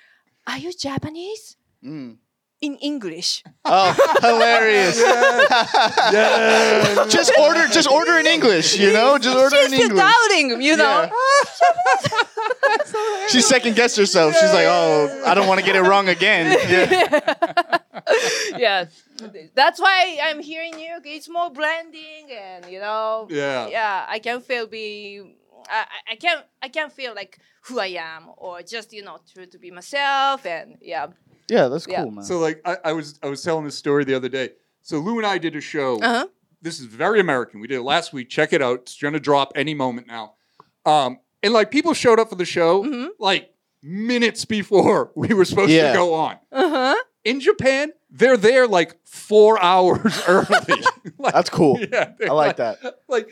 [SPEAKER 2] are you Japanese
[SPEAKER 1] Mm.
[SPEAKER 2] in English
[SPEAKER 1] Oh, hilarious!
[SPEAKER 3] Yeah.
[SPEAKER 1] just order, just order in English. You know, just order in
[SPEAKER 2] she's still
[SPEAKER 1] English.
[SPEAKER 2] doubting you know
[SPEAKER 1] She second guessed herself. She's like, "Oh, I don't want to get it wrong again." Yeah.
[SPEAKER 2] yeah. That's why I'm here in New York. It's more blending, and you know,
[SPEAKER 3] Yeah.
[SPEAKER 2] yeah, I can feel be, I, I- I can I can feel like who I am, or just you know, true to be myself, and yeah,
[SPEAKER 1] Yeah, that's
[SPEAKER 2] Yeah.
[SPEAKER 1] cool, man.
[SPEAKER 3] So like I, I was I was telling this story the other day. So Lou and I did a show.
[SPEAKER 2] Uh-huh.
[SPEAKER 3] This is very American. We did it last week. Check it out. It's gonna drop any moment now. Um, and like people showed up for the show like minutes before we were supposed
[SPEAKER 1] Yeah.
[SPEAKER 3] to go on.
[SPEAKER 2] uh huh.
[SPEAKER 3] In Japan, they're there like four hours early. like,
[SPEAKER 1] that's cool.
[SPEAKER 3] yeah,
[SPEAKER 1] I like that.
[SPEAKER 3] like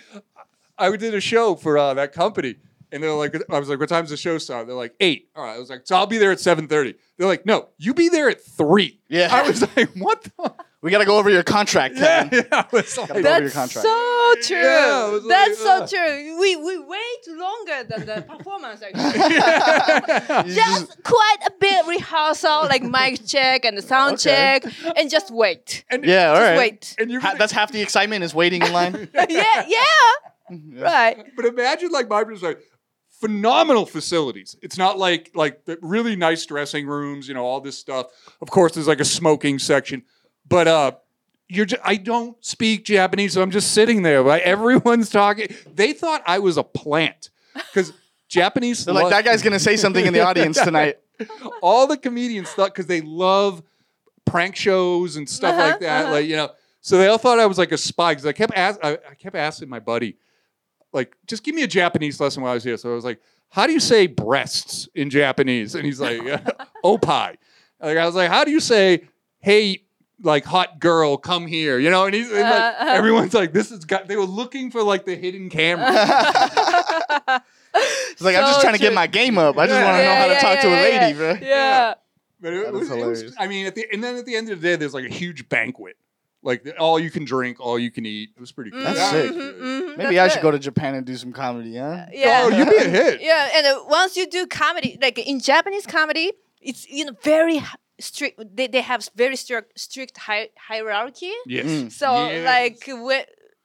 [SPEAKER 3] I did a show for uh, that company, And they're like, I was like, what time's the show start? They're like, eight. All right. I was like, so I'll be there at 7.30. They're like, no, you be there at three.
[SPEAKER 1] Yeah.
[SPEAKER 3] I was like, what the?
[SPEAKER 1] We gotta go over your contract,
[SPEAKER 3] Yeah,
[SPEAKER 1] Kevin.
[SPEAKER 3] yeah. I was like,
[SPEAKER 1] Gotta go over your
[SPEAKER 2] That's
[SPEAKER 1] contract.
[SPEAKER 2] so true.
[SPEAKER 3] Yeah, I was
[SPEAKER 2] That's
[SPEAKER 3] like,
[SPEAKER 2] so true. We we wait longer than the performance actually.
[SPEAKER 3] Yeah.
[SPEAKER 1] You just-
[SPEAKER 2] just quite a bit rehearsal, like mic check and the sound
[SPEAKER 1] Okay.
[SPEAKER 2] check, and just wait.
[SPEAKER 3] And,
[SPEAKER 1] yeah, all
[SPEAKER 2] Just
[SPEAKER 1] right.
[SPEAKER 2] wait.
[SPEAKER 3] And you're
[SPEAKER 1] Ha-
[SPEAKER 3] gonna-
[SPEAKER 1] that's half the excitement is waiting in line.
[SPEAKER 2] yeah, yeah, right.
[SPEAKER 3] But imagine like my was like phenomenal facilities. It's not like like the really nice dressing rooms, you know, all this stuff. Of course, there's like a smoking section, but uh. You're just, I don't speak Japanese, so I'm just sitting there. Like everyone's talking. They thought I was a plant because Japanese.
[SPEAKER 1] They're like,
[SPEAKER 3] love-
[SPEAKER 1] that guy's gonna say something in the audience tonight.
[SPEAKER 3] all the comedians thought because they love prank shows and stuff
[SPEAKER 2] Uh-huh,
[SPEAKER 3] like that.
[SPEAKER 2] uh-huh.
[SPEAKER 3] Like you know, so they all thought I was like a spy because I kept ask, I, I kept asking my buddy, like, just give me a Japanese lesson while I was here. So I was like, how do you say breasts in Japanese? And he's like, opai. Like I was like, how do you say hey? Like hot girl, come here, you know, and he's and, like,
[SPEAKER 2] Uh, uh-huh.
[SPEAKER 3] everyone's like, this is got. They were looking for like the hidden camera.
[SPEAKER 1] It's like I'm just
[SPEAKER 2] So
[SPEAKER 1] trying to get
[SPEAKER 2] true.
[SPEAKER 1] my game up. I just
[SPEAKER 3] Yeah.
[SPEAKER 1] want to know how to
[SPEAKER 2] Yeah,
[SPEAKER 1] talk
[SPEAKER 2] yeah,
[SPEAKER 1] to a
[SPEAKER 2] yeah,
[SPEAKER 1] lady,
[SPEAKER 2] yeah.
[SPEAKER 1] bro.
[SPEAKER 2] Yeah.
[SPEAKER 3] But it,
[SPEAKER 1] That
[SPEAKER 3] was,
[SPEAKER 1] is
[SPEAKER 3] it was-
[SPEAKER 1] hilarious.
[SPEAKER 3] I mean, at the and then at the end of the day, there's like a huge banquet, like the- all you can drink, all you can eat. It was pretty cool.
[SPEAKER 1] That's
[SPEAKER 2] Mhm,
[SPEAKER 1] sick.
[SPEAKER 2] mhm, mhm,
[SPEAKER 1] Maybe I
[SPEAKER 2] that's
[SPEAKER 1] should
[SPEAKER 2] it.
[SPEAKER 1] go to Japan and do some comedy, huh?
[SPEAKER 2] Yeah.
[SPEAKER 3] Oh, you'd be a hit.
[SPEAKER 2] Yeah, and uh, once you do comedy, like in Japanese comedy, it's you know very h- strict. They, they have very strict strict hi- hierarchy.
[SPEAKER 3] Yes.
[SPEAKER 1] Mm.
[SPEAKER 2] So
[SPEAKER 3] Yes.
[SPEAKER 2] like when,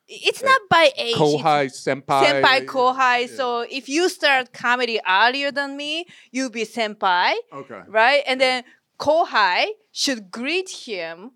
[SPEAKER 2] it's not by age. it's
[SPEAKER 3] Kohai senpai.
[SPEAKER 2] Senpai, kohai.
[SPEAKER 3] Yeah.
[SPEAKER 2] So if you start comedy earlier than me, you'll be senpai,
[SPEAKER 3] Okay.
[SPEAKER 2] right? And then kohai should greet him.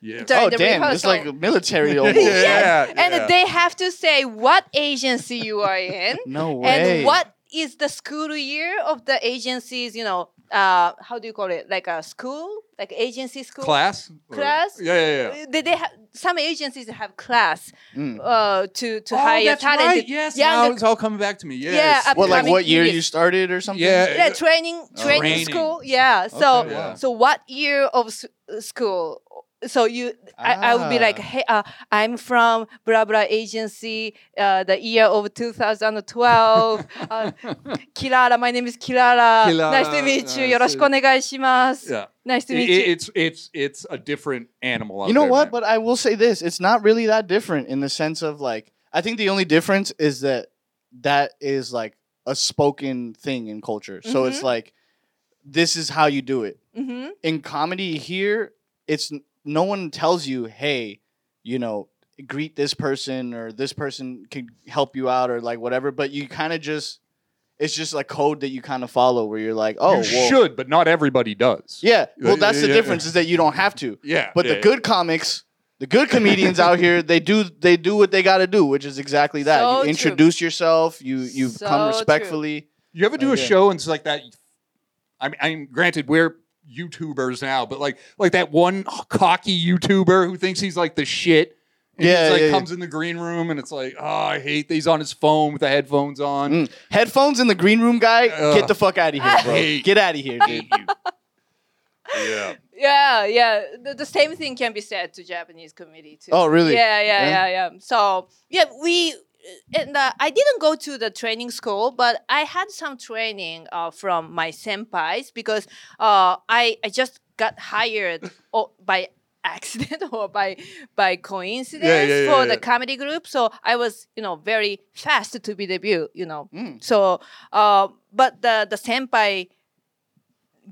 [SPEAKER 3] Yes.
[SPEAKER 2] During
[SPEAKER 1] oh
[SPEAKER 2] the
[SPEAKER 1] damn, it's
[SPEAKER 2] rehearsal.
[SPEAKER 1] like a military old.
[SPEAKER 3] Yeah,
[SPEAKER 2] Yes, and
[SPEAKER 3] yeah.
[SPEAKER 2] they have to say what agency you are in.
[SPEAKER 1] No way.
[SPEAKER 2] and what is the school year of the agency's you know uh how do you call it like a school like agency school
[SPEAKER 3] Oh, Class. Or-
[SPEAKER 2] Class?
[SPEAKER 3] Yeah, yeah, yeah.
[SPEAKER 2] Uh, they, they have some agencies have class
[SPEAKER 1] Mm.
[SPEAKER 2] uh to to
[SPEAKER 3] oh,
[SPEAKER 2] hire
[SPEAKER 3] that's
[SPEAKER 2] talented
[SPEAKER 3] right. Yes.
[SPEAKER 2] young
[SPEAKER 3] Now it's all coming back to me. Yes.
[SPEAKER 2] up-
[SPEAKER 1] What like
[SPEAKER 2] upcoming
[SPEAKER 1] what year
[SPEAKER 2] comedians.
[SPEAKER 1] you started or something?
[SPEAKER 3] Yeah.
[SPEAKER 2] yeah training
[SPEAKER 1] Oh.
[SPEAKER 2] training,
[SPEAKER 3] Training.
[SPEAKER 2] school yeah so
[SPEAKER 1] Okay,
[SPEAKER 3] wow.
[SPEAKER 2] so what year of s- uh, school so you I, I would be like
[SPEAKER 1] Ah.
[SPEAKER 2] hey uh, i'm from blah blah agency uh, the year of 2012 uh, kirara my name is kirara, nice to
[SPEAKER 3] Kirara,
[SPEAKER 2] meet you
[SPEAKER 3] nice to-
[SPEAKER 2] よろしくお願いします.
[SPEAKER 3] yeah.
[SPEAKER 2] nice to
[SPEAKER 3] It-
[SPEAKER 2] meet
[SPEAKER 3] it-
[SPEAKER 2] you
[SPEAKER 3] it's it's it's a different animal. out
[SPEAKER 1] You know
[SPEAKER 3] there,
[SPEAKER 1] what?
[SPEAKER 3] man.
[SPEAKER 1] But I will say this: it's not really that different in the sense of like I think the only difference is that that is like a spoken thing in culture. So
[SPEAKER 2] Mm-hmm.
[SPEAKER 1] it's like this is how you do it
[SPEAKER 2] hmm
[SPEAKER 1] in comedy. Here, it's n- no one tells you, hey, you know, greet this person or this person can help you out or like whatever. But you kind of just it's just like code that you kind of follow where you're like, oh,
[SPEAKER 3] you
[SPEAKER 1] well,
[SPEAKER 3] should, but not everybody does.
[SPEAKER 1] yeah. Well, that's the
[SPEAKER 3] Yeah.
[SPEAKER 1] difference is that you don't have to.
[SPEAKER 3] Yeah.
[SPEAKER 1] But
[SPEAKER 3] yeah,
[SPEAKER 1] the good comics, the good comedians out here, they do they do what they got to do, which is exactly that.
[SPEAKER 2] So
[SPEAKER 1] you
[SPEAKER 2] true.
[SPEAKER 1] introduce yourself, you you
[SPEAKER 2] So
[SPEAKER 1] come
[SPEAKER 2] true.
[SPEAKER 1] respectfully.
[SPEAKER 3] You ever do
[SPEAKER 1] Oh,
[SPEAKER 3] a
[SPEAKER 1] yeah.
[SPEAKER 3] show and it's like that? I mean, I mean, granted, we're YouTubers now, but like, like that one cocky YouTuber who thinks he's like the shit. And
[SPEAKER 1] Yeah,
[SPEAKER 3] he's like
[SPEAKER 1] yeah, yeah.
[SPEAKER 3] comes in the green room and it's like, oh, I hate that he's on his phone with the headphones on.
[SPEAKER 1] Mm. Headphones in the green room, guy.
[SPEAKER 3] Ugh.
[SPEAKER 1] get the fuck out of here, bro.
[SPEAKER 3] Hate.
[SPEAKER 1] Get out of here, dude.
[SPEAKER 3] Hate you. yeah.
[SPEAKER 2] yeah yeah the, the same thing can be said to japanese comedy too
[SPEAKER 1] Oh, really?
[SPEAKER 2] Yeah, yeah,
[SPEAKER 1] Yeah?
[SPEAKER 2] yeah, yeah. So yeah, we and uh, I didn't go to the training school, but I had some training uh, from my senpais because uh, I I just got hired o- by accident or by by coincidence
[SPEAKER 3] yeah,
[SPEAKER 2] for
[SPEAKER 3] yeah,
[SPEAKER 2] the
[SPEAKER 3] yeah.
[SPEAKER 2] comedy group. So I was you know very fast to be debut. You know,
[SPEAKER 1] Mm.
[SPEAKER 2] so uh, but the the senpai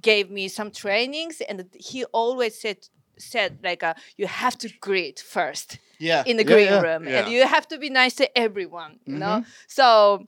[SPEAKER 2] gave me some trainings and he always said said like uh, you have to greet first
[SPEAKER 1] Yeah.
[SPEAKER 2] in the
[SPEAKER 1] Yeah,
[SPEAKER 2] green
[SPEAKER 1] yeah. Mm-hmm.
[SPEAKER 2] room
[SPEAKER 3] Yeah.
[SPEAKER 2] and you have to be nice to everyone you know so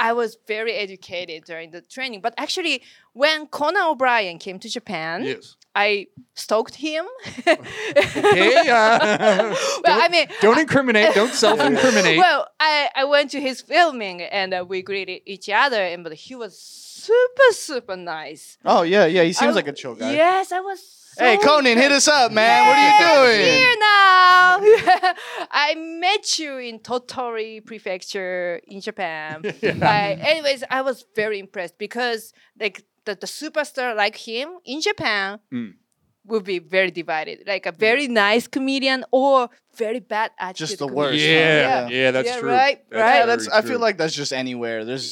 [SPEAKER 2] i was very educated during the training but actually when conan o'brien came to japan
[SPEAKER 3] Yes.
[SPEAKER 2] i stalked him
[SPEAKER 3] Hey, uh,
[SPEAKER 2] well i mean
[SPEAKER 3] don't incriminate. Don't self-incriminate.
[SPEAKER 2] well, I, I went to his filming and uh, we greeted each other, and but he was super super nice.
[SPEAKER 1] Oh yeah, yeah. He seems
[SPEAKER 2] I-
[SPEAKER 1] like a chill guy.
[SPEAKER 2] Yes, I was. So
[SPEAKER 1] Hey, Conan, hit us up, man. what are you doing?
[SPEAKER 2] Here now. I met you in Totori Prefecture in Japan. I- anyways, I was very impressed because like the, the superstar like him in Japan
[SPEAKER 3] Mm.
[SPEAKER 2] would be very divided. Like a very nice comedian or very bad attitude.
[SPEAKER 1] the
[SPEAKER 2] comedian.
[SPEAKER 1] worst.
[SPEAKER 3] yeah, yeah,
[SPEAKER 1] Yeah.
[SPEAKER 3] that's
[SPEAKER 2] Yeah,
[SPEAKER 3] true.
[SPEAKER 2] right, right.
[SPEAKER 1] Yeah,
[SPEAKER 3] very
[SPEAKER 1] that's. I
[SPEAKER 3] true.
[SPEAKER 1] feel like that's just anywhere. There's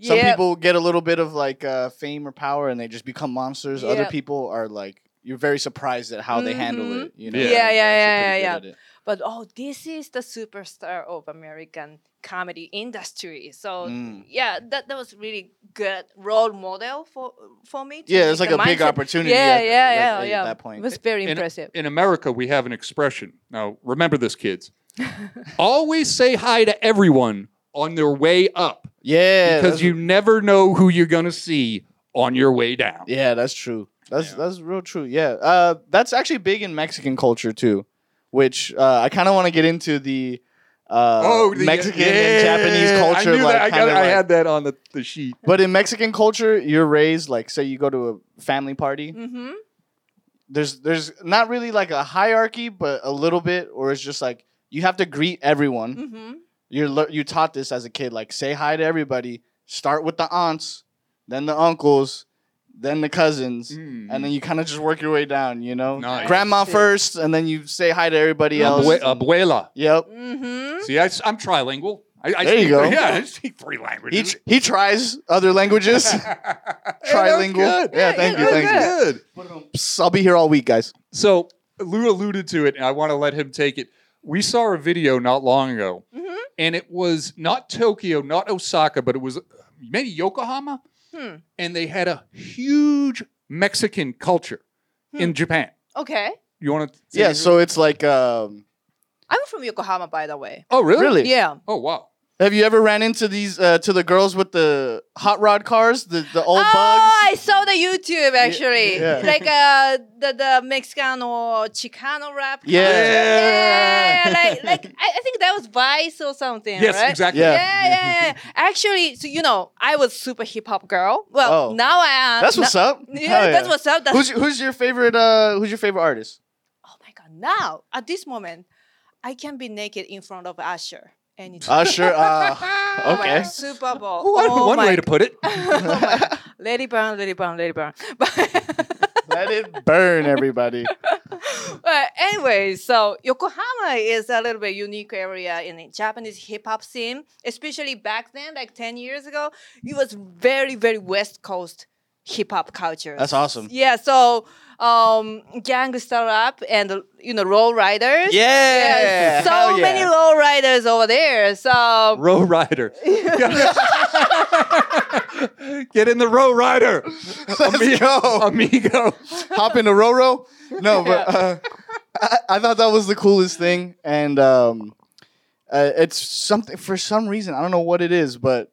[SPEAKER 1] Some
[SPEAKER 2] Yep.
[SPEAKER 1] people get a little bit of like uh, fame or power and they just become monsters. Other
[SPEAKER 2] Yep.
[SPEAKER 1] people are like you're very surprised at how they handle
[SPEAKER 2] Mhm.
[SPEAKER 1] it. You know?
[SPEAKER 3] Yeah.
[SPEAKER 2] Yeah, yeah,
[SPEAKER 1] they're
[SPEAKER 2] yeah,
[SPEAKER 1] pretty good
[SPEAKER 2] But oh, this is the superstar of American comedy industry. So
[SPEAKER 1] at it. Mm.
[SPEAKER 2] yeah, that, that was really good role model for for me. to
[SPEAKER 1] Yeah, it's
[SPEAKER 2] make
[SPEAKER 1] like a big
[SPEAKER 2] mindset-
[SPEAKER 1] opportunity.
[SPEAKER 2] Yeah,
[SPEAKER 1] at,
[SPEAKER 2] yeah,
[SPEAKER 1] like,
[SPEAKER 2] yeah,
[SPEAKER 1] at
[SPEAKER 2] yeah.
[SPEAKER 1] That
[SPEAKER 2] It
[SPEAKER 1] point.
[SPEAKER 2] was very
[SPEAKER 3] In-
[SPEAKER 2] impressive.
[SPEAKER 3] In America, we have an expression. Now, remember this, kids. Always say hi to everyone on their way up
[SPEAKER 1] yeah,
[SPEAKER 3] because
[SPEAKER 1] that's-
[SPEAKER 3] you never know who you're going to see on your way down.
[SPEAKER 1] Yeah, that's true. That's
[SPEAKER 3] Yeah.
[SPEAKER 1] that's real true. Yeah, uh, that's actually big in Mexican culture too, which uh, I kind of want to get into the uh,
[SPEAKER 3] Oh, the-
[SPEAKER 1] Mexican
[SPEAKER 3] yeah,
[SPEAKER 1] and Japanese culture.
[SPEAKER 3] I knew
[SPEAKER 1] like,
[SPEAKER 3] that. I, got,
[SPEAKER 1] kinda
[SPEAKER 3] I
[SPEAKER 1] like-
[SPEAKER 3] had that on the, the sheet.
[SPEAKER 1] But in Mexican culture, you're raised like say you go to a family party.
[SPEAKER 2] Mm-hmm.
[SPEAKER 1] There's there's not really like a hierarchy, but a little bit, or it's just like you have to greet everyone.
[SPEAKER 2] Mm-hmm.
[SPEAKER 1] You're lear- you taught this as a kid, like say hi to everybody. Start with the aunts, then the uncles, then the cousins and then you kind of just work your way down, you know?
[SPEAKER 3] Nice.
[SPEAKER 1] Grandma
[SPEAKER 2] Shit.
[SPEAKER 1] first, and then you say hi to everybody else.
[SPEAKER 3] Abue- abuela.
[SPEAKER 1] Yep.
[SPEAKER 2] Mm-hmm.
[SPEAKER 3] See, I, am trilingual. I, I
[SPEAKER 1] There you
[SPEAKER 3] speak
[SPEAKER 1] go.
[SPEAKER 3] Three, yeah, I speak three
[SPEAKER 1] He,
[SPEAKER 3] languages.
[SPEAKER 1] tr- he tries other languages.
[SPEAKER 3] Hey, that was
[SPEAKER 1] Trilingual.
[SPEAKER 3] good.
[SPEAKER 1] Yeah,
[SPEAKER 2] Yeah,
[SPEAKER 1] thank
[SPEAKER 2] yeah,
[SPEAKER 1] you,
[SPEAKER 2] that was
[SPEAKER 1] thank you.
[SPEAKER 3] Good.
[SPEAKER 1] Psst, I'll be here all week, guys.
[SPEAKER 3] So Lou alluded to it, and I want to let him take it. We saw a video not long ago,
[SPEAKER 2] Mhm.
[SPEAKER 3] and it was not Tokyo, not Osaka, but it was maybe Yokohama,
[SPEAKER 2] Hmm.
[SPEAKER 3] and they had a huge Mexican culture
[SPEAKER 2] Hmm.
[SPEAKER 3] in Japan.
[SPEAKER 2] Okay.
[SPEAKER 3] You want to?
[SPEAKER 1] Yeah, so it's like, um,
[SPEAKER 2] I'm from Yokohama, by the way.
[SPEAKER 3] Oh, really?
[SPEAKER 1] really?
[SPEAKER 2] Yeah.
[SPEAKER 3] Oh, wow.
[SPEAKER 1] Have you ever ran into these, uh, to the girls with the hot rod cars, the, the old
[SPEAKER 2] oh,
[SPEAKER 1] bugs?
[SPEAKER 2] I saw the YouTube actually.
[SPEAKER 1] yeah.
[SPEAKER 2] Like uh, the, the Mexican or Chicano rap.
[SPEAKER 1] Yeah.
[SPEAKER 2] Yeah, like, like I, I think that was Vice or something,
[SPEAKER 3] yes,
[SPEAKER 2] right?
[SPEAKER 3] exactly.
[SPEAKER 1] Yeah.
[SPEAKER 2] Yeah. Yeah, yeah, yeah. Actually, so you know, I was super hip hop girl. Well,
[SPEAKER 1] Oh.
[SPEAKER 2] now I am.
[SPEAKER 1] That's what's
[SPEAKER 2] no-
[SPEAKER 1] up.
[SPEAKER 2] Yeah,
[SPEAKER 1] Hell
[SPEAKER 2] that's what's up. That's,
[SPEAKER 1] Who's, who's your favorite? Uh, who's your favorite artist?
[SPEAKER 2] oh my god! Now at this moment, I can be naked in front of Usher anytime.
[SPEAKER 1] Usher. Uh, okay.
[SPEAKER 2] Oh, Super Bowl.
[SPEAKER 3] One-
[SPEAKER 2] oh
[SPEAKER 3] one
[SPEAKER 2] my
[SPEAKER 3] way to put it.
[SPEAKER 2] Oh my- Lady Brown, Lady Brown, Lady Brown. But,
[SPEAKER 1] Let it burn, everybody.
[SPEAKER 2] but anyway, so Yokohama is a little bit unique area in the Japanese hip hop scene, especially back then, like 10 years ago. It was very, very West Coast hip hop culture.
[SPEAKER 1] That's awesome.
[SPEAKER 2] yeah, so um gangster rap and you know roll riders.
[SPEAKER 1] Yeah.
[SPEAKER 2] so
[SPEAKER 1] Hell yeah.
[SPEAKER 2] many low riders over there. So
[SPEAKER 3] Row Rider. Get in the Row Rider.
[SPEAKER 1] Let's go.
[SPEAKER 3] Amigo.
[SPEAKER 1] hop in a Roro. No, but uh, I, I thought that was the coolest thing, and um, uh, it's something for some reason I don't know what it is, but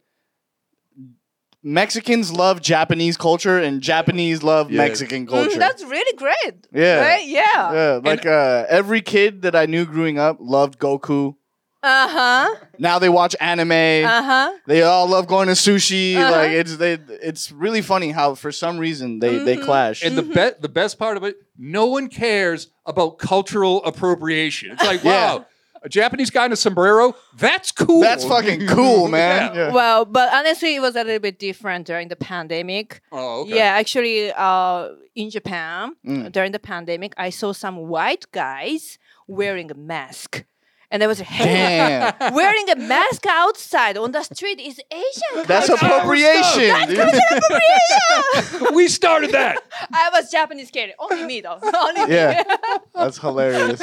[SPEAKER 1] Mexicans love Japanese culture and Japanese love
[SPEAKER 3] Yeah.
[SPEAKER 1] Mexican
[SPEAKER 2] mm,
[SPEAKER 1] culture.
[SPEAKER 2] that's really great.
[SPEAKER 1] Yeah.
[SPEAKER 2] Right? Yeah.
[SPEAKER 1] yeah, like uh, every kid that I knew growing up loved Goku.
[SPEAKER 2] Uh-huh.
[SPEAKER 1] Now they watch anime.
[SPEAKER 2] Uh-huh.
[SPEAKER 1] They all love going to sushi.
[SPEAKER 2] Uh-huh.
[SPEAKER 1] Like it's they, it's really funny how for some reason they they
[SPEAKER 2] Mhm.
[SPEAKER 1] clash.
[SPEAKER 3] And the be- the best part of it, no one cares about cultural appropriation. It's like,
[SPEAKER 1] Yeah.
[SPEAKER 3] wow, a Japanese guy in a sombrero, that's cool.
[SPEAKER 1] That's fucking cool, man.
[SPEAKER 3] Yeah.
[SPEAKER 1] Yeah.
[SPEAKER 2] Well, but honestly, it was a little bit different during the pandemic.
[SPEAKER 3] Oh, okay.
[SPEAKER 2] Yeah, actually, uh, in Japan uh,
[SPEAKER 1] Mm.
[SPEAKER 2] during the pandemic, I saw some white guys wearing a mask, and I was like, "Hey,
[SPEAKER 1] Damn.
[SPEAKER 2] wearing a mask outside on the street is Asian."
[SPEAKER 1] That's
[SPEAKER 3] That's
[SPEAKER 2] culture."
[SPEAKER 1] appropriation. dude.
[SPEAKER 3] we started that.
[SPEAKER 2] I was Japanese kid, only me though. Only me.
[SPEAKER 1] Yeah. That's hilarious.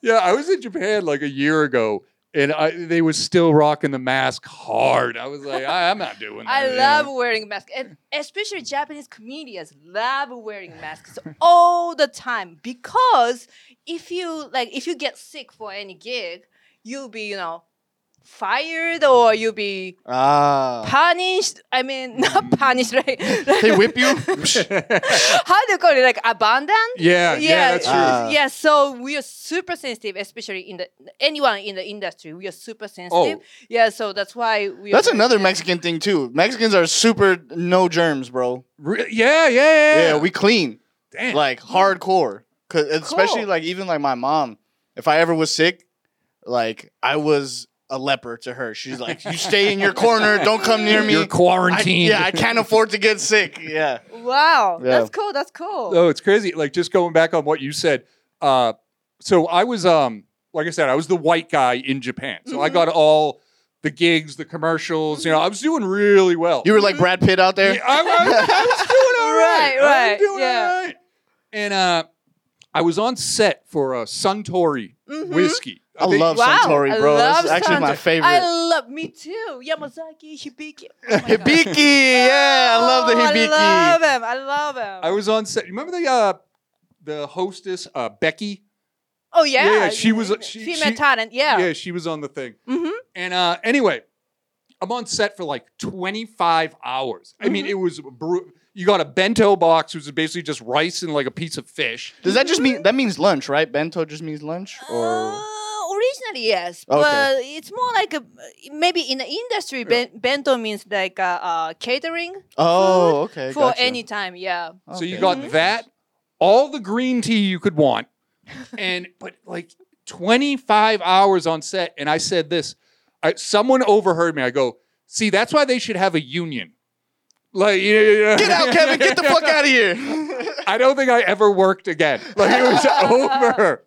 [SPEAKER 3] Yeah, I was in Japan like a year ago. And I, they was still rocking the mask hard. I was like, I, I'm not doing that.
[SPEAKER 2] I
[SPEAKER 3] Yeah.
[SPEAKER 2] love wearing masks, and especially Japanese comedians love wearing masks all the time because if you like, if you get sick for any gig, you'll be you know fired or you'll be
[SPEAKER 1] Ah.
[SPEAKER 2] punished. I mean, not punished, right?
[SPEAKER 1] They whip you?
[SPEAKER 2] How do you call it? Like abandoned.
[SPEAKER 3] yeah, yeah, that's true.
[SPEAKER 1] Ah.
[SPEAKER 2] yeah. Uh, So we are super sensitive, especially in the anyone in the industry. We are super
[SPEAKER 3] Oh,
[SPEAKER 2] sensitive. Yeah. So that's why we. are
[SPEAKER 1] Oh. That's
[SPEAKER 2] very
[SPEAKER 1] another
[SPEAKER 2] sensitive.
[SPEAKER 1] Mexican thing too. Mexicans are super no germs, bro.
[SPEAKER 3] Re- yeah, yeah, yeah.
[SPEAKER 1] Yeah, we clean
[SPEAKER 3] Damn.
[SPEAKER 1] like hardcore. 'Cause- especially
[SPEAKER 2] Cool.
[SPEAKER 1] like even like my mom, if I ever was sick, like I was a leper to her. She's like, "You stay in your corner. Don't come near me."
[SPEAKER 3] You're
[SPEAKER 1] I,
[SPEAKER 3] quarantined.
[SPEAKER 1] yeah, I can't afford to get sick. Yeah.
[SPEAKER 2] Wow.
[SPEAKER 1] Yeah.
[SPEAKER 2] That's cool. That's cool.
[SPEAKER 3] oh, it's crazy. Like just going back on what you said. Uh, so I was, um, like I said, I was the white guy in Japan. So I
[SPEAKER 2] Mhm.
[SPEAKER 3] got all the gigs, the commercials. You know, I was doing really well.
[SPEAKER 1] You were like Brad Pitt out there.
[SPEAKER 3] Yeah, I, I- I was doing all right.
[SPEAKER 2] Right,
[SPEAKER 3] I was
[SPEAKER 2] right,
[SPEAKER 3] doing
[SPEAKER 2] yeah.
[SPEAKER 3] all right. And uh, I was on set for a Suntory
[SPEAKER 2] Mhm.
[SPEAKER 3] whiskey.
[SPEAKER 1] I
[SPEAKER 3] think-
[SPEAKER 1] love Suntory,
[SPEAKER 2] I
[SPEAKER 1] bro. That's
[SPEAKER 2] love
[SPEAKER 1] actually my
[SPEAKER 2] Suntory.
[SPEAKER 1] favorite.
[SPEAKER 2] I love me too. Yamazaki, Hibiki. Oh my God.
[SPEAKER 1] Hibiki, yeah, I love the
[SPEAKER 2] Oh,
[SPEAKER 1] Hibiki.
[SPEAKER 2] I love him. I love him.
[SPEAKER 3] I was on set. Remember the uh, the hostess uh, Becky?
[SPEAKER 2] oh yeah.
[SPEAKER 3] yeah, yeah, she was- she-
[SPEAKER 2] female
[SPEAKER 3] she-
[SPEAKER 2] talent. Yeah.
[SPEAKER 3] yeah, she was on the thing.
[SPEAKER 1] Mm-hmm.
[SPEAKER 2] Mhm.
[SPEAKER 3] And uh, anyway, I'm on set for like 25 hours. I
[SPEAKER 1] Mm-hmm.
[SPEAKER 3] mean, it was bru- you got a bento box, which is basically just rice and like a piece of fish.
[SPEAKER 1] Does that just mean that means lunch, right? Bento just means lunch, or
[SPEAKER 2] Uh, originally yes,
[SPEAKER 1] Okay.
[SPEAKER 2] but it's more like a, maybe in the industry, ben- bento means like uh, uh, catering
[SPEAKER 1] oh, okay,
[SPEAKER 2] for
[SPEAKER 1] gotcha.
[SPEAKER 2] any time. Yeah.
[SPEAKER 3] So you
[SPEAKER 1] Okay. Mm-hmm.
[SPEAKER 3] got
[SPEAKER 2] Mhm.
[SPEAKER 3] that, all the green tea you could want, and but like 25 hours on set. And I said this. I, someone overheard me. I go, see, that's why they should have a union. Like,
[SPEAKER 1] Get out, Kevin! Get the fuck out of here!
[SPEAKER 3] I don't think I ever worked again. Like it was over.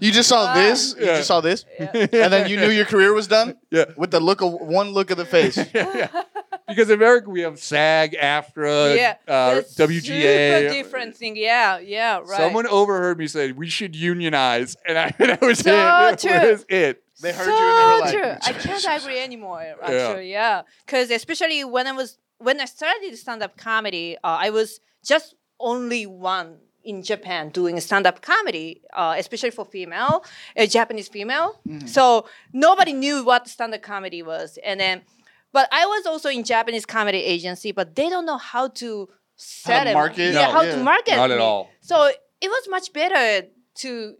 [SPEAKER 1] You just saw
[SPEAKER 2] Ah.
[SPEAKER 1] this. You
[SPEAKER 3] Yeah.
[SPEAKER 1] just saw this,
[SPEAKER 2] Yeah.
[SPEAKER 1] and then you knew your career was done.
[SPEAKER 3] Yeah.
[SPEAKER 1] with the look of one look of the face.
[SPEAKER 3] Yeah. Because in America we have SAG, AFTRA,
[SPEAKER 2] yeah.
[SPEAKER 3] uh,
[SPEAKER 2] That's
[SPEAKER 3] WGA.
[SPEAKER 2] Super different thing. Yeah. Yeah. Right.
[SPEAKER 3] uh, Someone overheard me say we should unionize, and I that was
[SPEAKER 2] So
[SPEAKER 3] it. That
[SPEAKER 2] true.
[SPEAKER 3] was it.
[SPEAKER 1] They heard you
[SPEAKER 2] so
[SPEAKER 1] and they were
[SPEAKER 2] true.
[SPEAKER 1] like,
[SPEAKER 2] I can't agree anymore. Actually, yeah, because especially when I was when I started stand up comedy, uh, I was just only one in Japan doing stand up comedy, uh, especially for female, a Japanese female.
[SPEAKER 1] Mm-hmm.
[SPEAKER 2] So nobody knew what stand up comedy was, and then. But I was also in Japanese comedy agency, but they don't know how to set it.
[SPEAKER 1] market?
[SPEAKER 2] Yeah,
[SPEAKER 3] No.
[SPEAKER 2] how
[SPEAKER 1] Yeah.
[SPEAKER 2] to market.
[SPEAKER 3] Not at
[SPEAKER 2] me.
[SPEAKER 3] all.
[SPEAKER 2] So it was much better to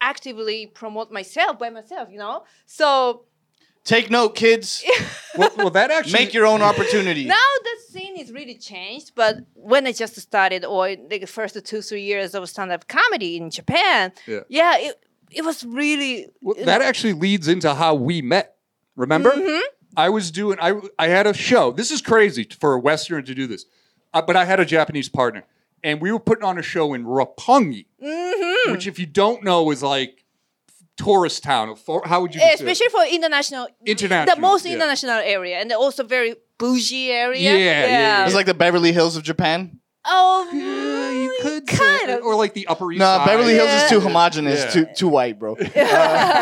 [SPEAKER 2] actively promote myself by myself, you know? So
[SPEAKER 1] Take note, kids.
[SPEAKER 3] Well, well, that actually
[SPEAKER 1] Make your own opportunity.
[SPEAKER 2] now the scene is really changed, but when I just started, or in the first two, three years of stand up comedy in Japan,
[SPEAKER 3] Yeah.
[SPEAKER 2] it, it was really.
[SPEAKER 3] Well, that actually leads into how we met. Remember,
[SPEAKER 2] Mm-hmm.
[SPEAKER 3] I was doing I I had a show. This is crazy for a Westerner to do this, uh, but I had a Japanese partner, and we were putting on a show in Roppongi,
[SPEAKER 2] Mm-hmm.
[SPEAKER 3] which if you don't know is like tourist town. or for- How would you consider it?
[SPEAKER 2] Especially for international,
[SPEAKER 3] International,
[SPEAKER 2] the most
[SPEAKER 3] yeah.
[SPEAKER 2] international area, and also very bougie area.
[SPEAKER 3] Yeah, yeah, yeah.
[SPEAKER 1] It's like the Beverly Hills of Japan.
[SPEAKER 2] oh,
[SPEAKER 3] Yeah, you could say-
[SPEAKER 2] kind of.
[SPEAKER 3] or like the Upper East
[SPEAKER 1] No,
[SPEAKER 3] Side.
[SPEAKER 1] Beverly Hills is too homogenous,
[SPEAKER 3] Yeah.
[SPEAKER 1] too too white, bro.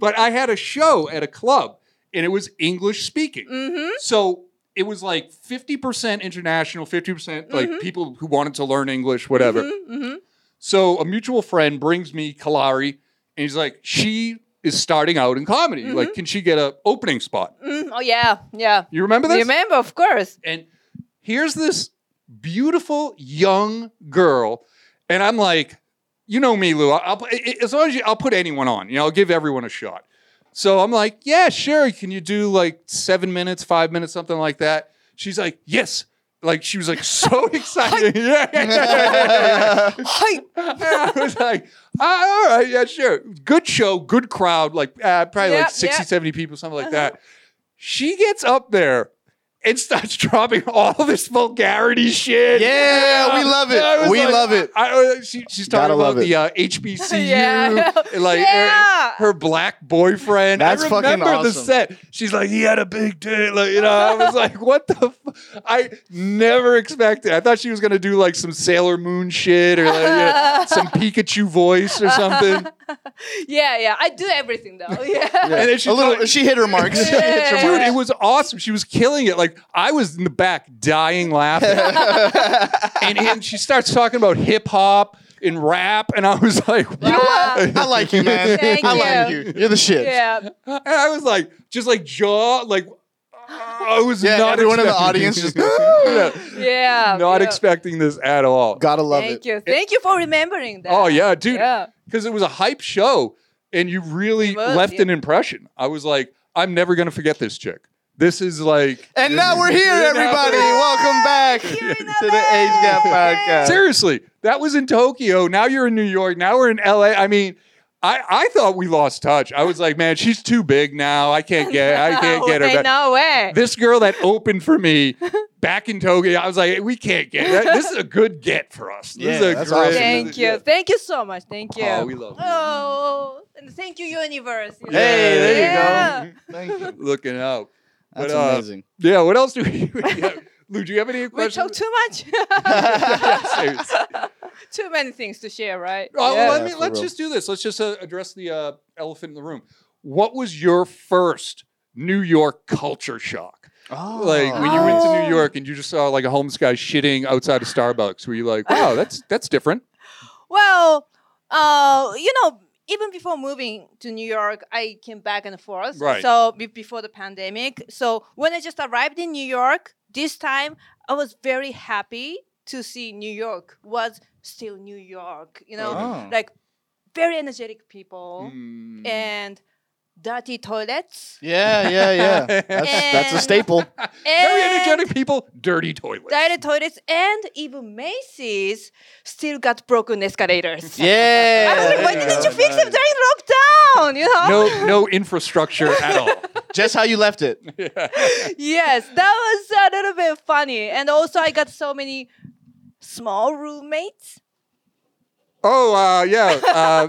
[SPEAKER 3] But I had a show at a club, and it was English speaking.
[SPEAKER 2] Mm-hmm.
[SPEAKER 3] So it was like fifty percent international, fifty percent like people who wanted to learn English, whatever. So a mutual friend brings me Kalari, and he's like, she is starting out in comedy. Like, can she get a opening spot?
[SPEAKER 2] Mm, oh yeah, yeah.
[SPEAKER 3] You remember this?
[SPEAKER 2] Remember, of course.
[SPEAKER 3] and here's this beautiful young girl, and I'm like, you know me, Lou. I'll, i i- as long as you, I'll put anyone on. You know, I'll give everyone a shot. So I'm like, yeah, sure. Can you do like seven minutes, five minutes, something like that? She's like, yes. Like she was like so excited. yeah, yeah, yeah, yeah. I was like, ah, all right, yeah, sure. Good show, good crowd, like uh, probably
[SPEAKER 2] Yep,
[SPEAKER 3] like 60,
[SPEAKER 2] yep.
[SPEAKER 3] 70 people, something like
[SPEAKER 2] Uh-huh.
[SPEAKER 3] that. She gets up there and starts dropping all this vulgarity shit.
[SPEAKER 1] Yeah, we love it.
[SPEAKER 3] I was
[SPEAKER 1] We love it.
[SPEAKER 3] I, I- she, she's talking
[SPEAKER 1] Gotta
[SPEAKER 3] about
[SPEAKER 1] love it.
[SPEAKER 3] the uh, HBCU,
[SPEAKER 2] Yeah.
[SPEAKER 3] and, like uh,
[SPEAKER 2] Yeah.
[SPEAKER 3] her, her black boyfriend.
[SPEAKER 1] That's
[SPEAKER 3] I
[SPEAKER 1] fucking
[SPEAKER 3] remember the
[SPEAKER 1] awesome.
[SPEAKER 3] set. She's like, he had a big dick. Like, you know, I was like, what the? F-? I never expected. I thought she was gonna do like some Sailor Moon shit or like you know, some Pikachu voice or something.
[SPEAKER 2] Yeah, yeah. I do everything though. Yeah.
[SPEAKER 3] And then she
[SPEAKER 1] a little.
[SPEAKER 3] thought-
[SPEAKER 1] She hit her marks. She hit her
[SPEAKER 2] Yeah.
[SPEAKER 1] marks.
[SPEAKER 3] Dude, it was awesome. She was killing it. Like I was in the back dying laughing. and, and she starts talking about hip hop and rap, and I was like,
[SPEAKER 2] You know what?
[SPEAKER 1] I like you, man.
[SPEAKER 2] Thank
[SPEAKER 1] I like
[SPEAKER 2] you.
[SPEAKER 1] you. You're the shit.
[SPEAKER 2] yeah.
[SPEAKER 3] And I was like, just like jaw, like I was
[SPEAKER 1] Yeah,
[SPEAKER 3] not
[SPEAKER 1] everyone in the
[SPEAKER 3] expecting-
[SPEAKER 1] audience just-
[SPEAKER 3] Yeah,
[SPEAKER 2] Yeah.
[SPEAKER 3] not
[SPEAKER 2] Oh, yeah.
[SPEAKER 3] expecting this at all.
[SPEAKER 1] Gotta love it.
[SPEAKER 2] Thank you. Thank you for remembering that.
[SPEAKER 3] Oh yeah, dude.
[SPEAKER 2] Yeah.
[SPEAKER 3] Because it was a hype show, and you really
[SPEAKER 2] It was,
[SPEAKER 3] left
[SPEAKER 2] yeah.
[SPEAKER 3] an impression. I was like, I'm never gonna forget this chick. This is like,
[SPEAKER 1] And now we're here,
[SPEAKER 3] And now
[SPEAKER 1] everybody.
[SPEAKER 3] we're here.
[SPEAKER 1] Welcome back to the
[SPEAKER 2] You're
[SPEAKER 1] Age
[SPEAKER 2] not
[SPEAKER 1] Gap
[SPEAKER 2] bad.
[SPEAKER 1] Podcast.
[SPEAKER 3] Seriously, that was in Tokyo. Now you're in New York. Now we're in LA. I mean, I, I thought we lost touch. I was like, man, she's too big now. I can't get I can't
[SPEAKER 2] no
[SPEAKER 3] get
[SPEAKER 2] way,
[SPEAKER 3] her back.
[SPEAKER 2] No way.
[SPEAKER 3] This girl that opened for me back in Tokyo, I was like, we can't get that. This is a good get for us. This
[SPEAKER 1] Yeah,
[SPEAKER 3] is a
[SPEAKER 1] that's
[SPEAKER 3] great.
[SPEAKER 1] awesome.
[SPEAKER 2] Thank you. Thank you so much. Thank you.
[SPEAKER 3] Oh, we love you.
[SPEAKER 2] Oh, And thank you, universe. you know?
[SPEAKER 1] Hey, there
[SPEAKER 2] Yeah.
[SPEAKER 1] you go. Thank you.
[SPEAKER 3] Looking out.
[SPEAKER 1] That's
[SPEAKER 3] But, uh,
[SPEAKER 1] amazing.
[SPEAKER 3] Yeah. What else do we? we have? Lou, do you have any
[SPEAKER 2] We
[SPEAKER 3] questions?
[SPEAKER 2] talk too much.
[SPEAKER 3] Yeah, seriously.
[SPEAKER 2] too many things to share, right?
[SPEAKER 3] Oh,
[SPEAKER 1] Yeah.
[SPEAKER 3] well, let
[SPEAKER 1] Yeah,
[SPEAKER 3] me,
[SPEAKER 1] for
[SPEAKER 3] let's
[SPEAKER 1] real.
[SPEAKER 3] just do this. Let's just uh, address the uh, elephant in the room. What was your first New York culture shock?
[SPEAKER 1] Oh.
[SPEAKER 3] Like when you went to
[SPEAKER 2] Oh.
[SPEAKER 3] New York and you just saw like a homeless guy shitting outside of Starbucks, were you like, "Wow, that's that's different"?
[SPEAKER 2] Well, uh, you know, even before moving to New York, I came back and forth.
[SPEAKER 3] Right.
[SPEAKER 2] So be- before the pandemic, so when I just arrived in New York this time, I was very happy to see New York was still New York. You know,
[SPEAKER 1] Oh.
[SPEAKER 2] like very energetic people
[SPEAKER 1] Hmm.
[SPEAKER 3] Mm.
[SPEAKER 2] and dirty toilets.
[SPEAKER 1] yeah, yeah, yeah. That's, that's a
[SPEAKER 2] And-
[SPEAKER 1] staple.
[SPEAKER 3] Very
[SPEAKER 2] and
[SPEAKER 3] energetic people, dirty toilets.
[SPEAKER 2] Dirty toilets and even Macy's still got broken escalators.
[SPEAKER 1] Yeah.
[SPEAKER 2] I was like,
[SPEAKER 1] there
[SPEAKER 2] why
[SPEAKER 1] you
[SPEAKER 2] didn't
[SPEAKER 1] go.
[SPEAKER 2] you fix them during lockdown? You know?
[SPEAKER 3] no, no infrastructure at all.
[SPEAKER 1] Just how you left it.
[SPEAKER 2] yes, that was a little bit funny. And also, I got so many small roommates.
[SPEAKER 3] Oh, uh, yeah. Uh,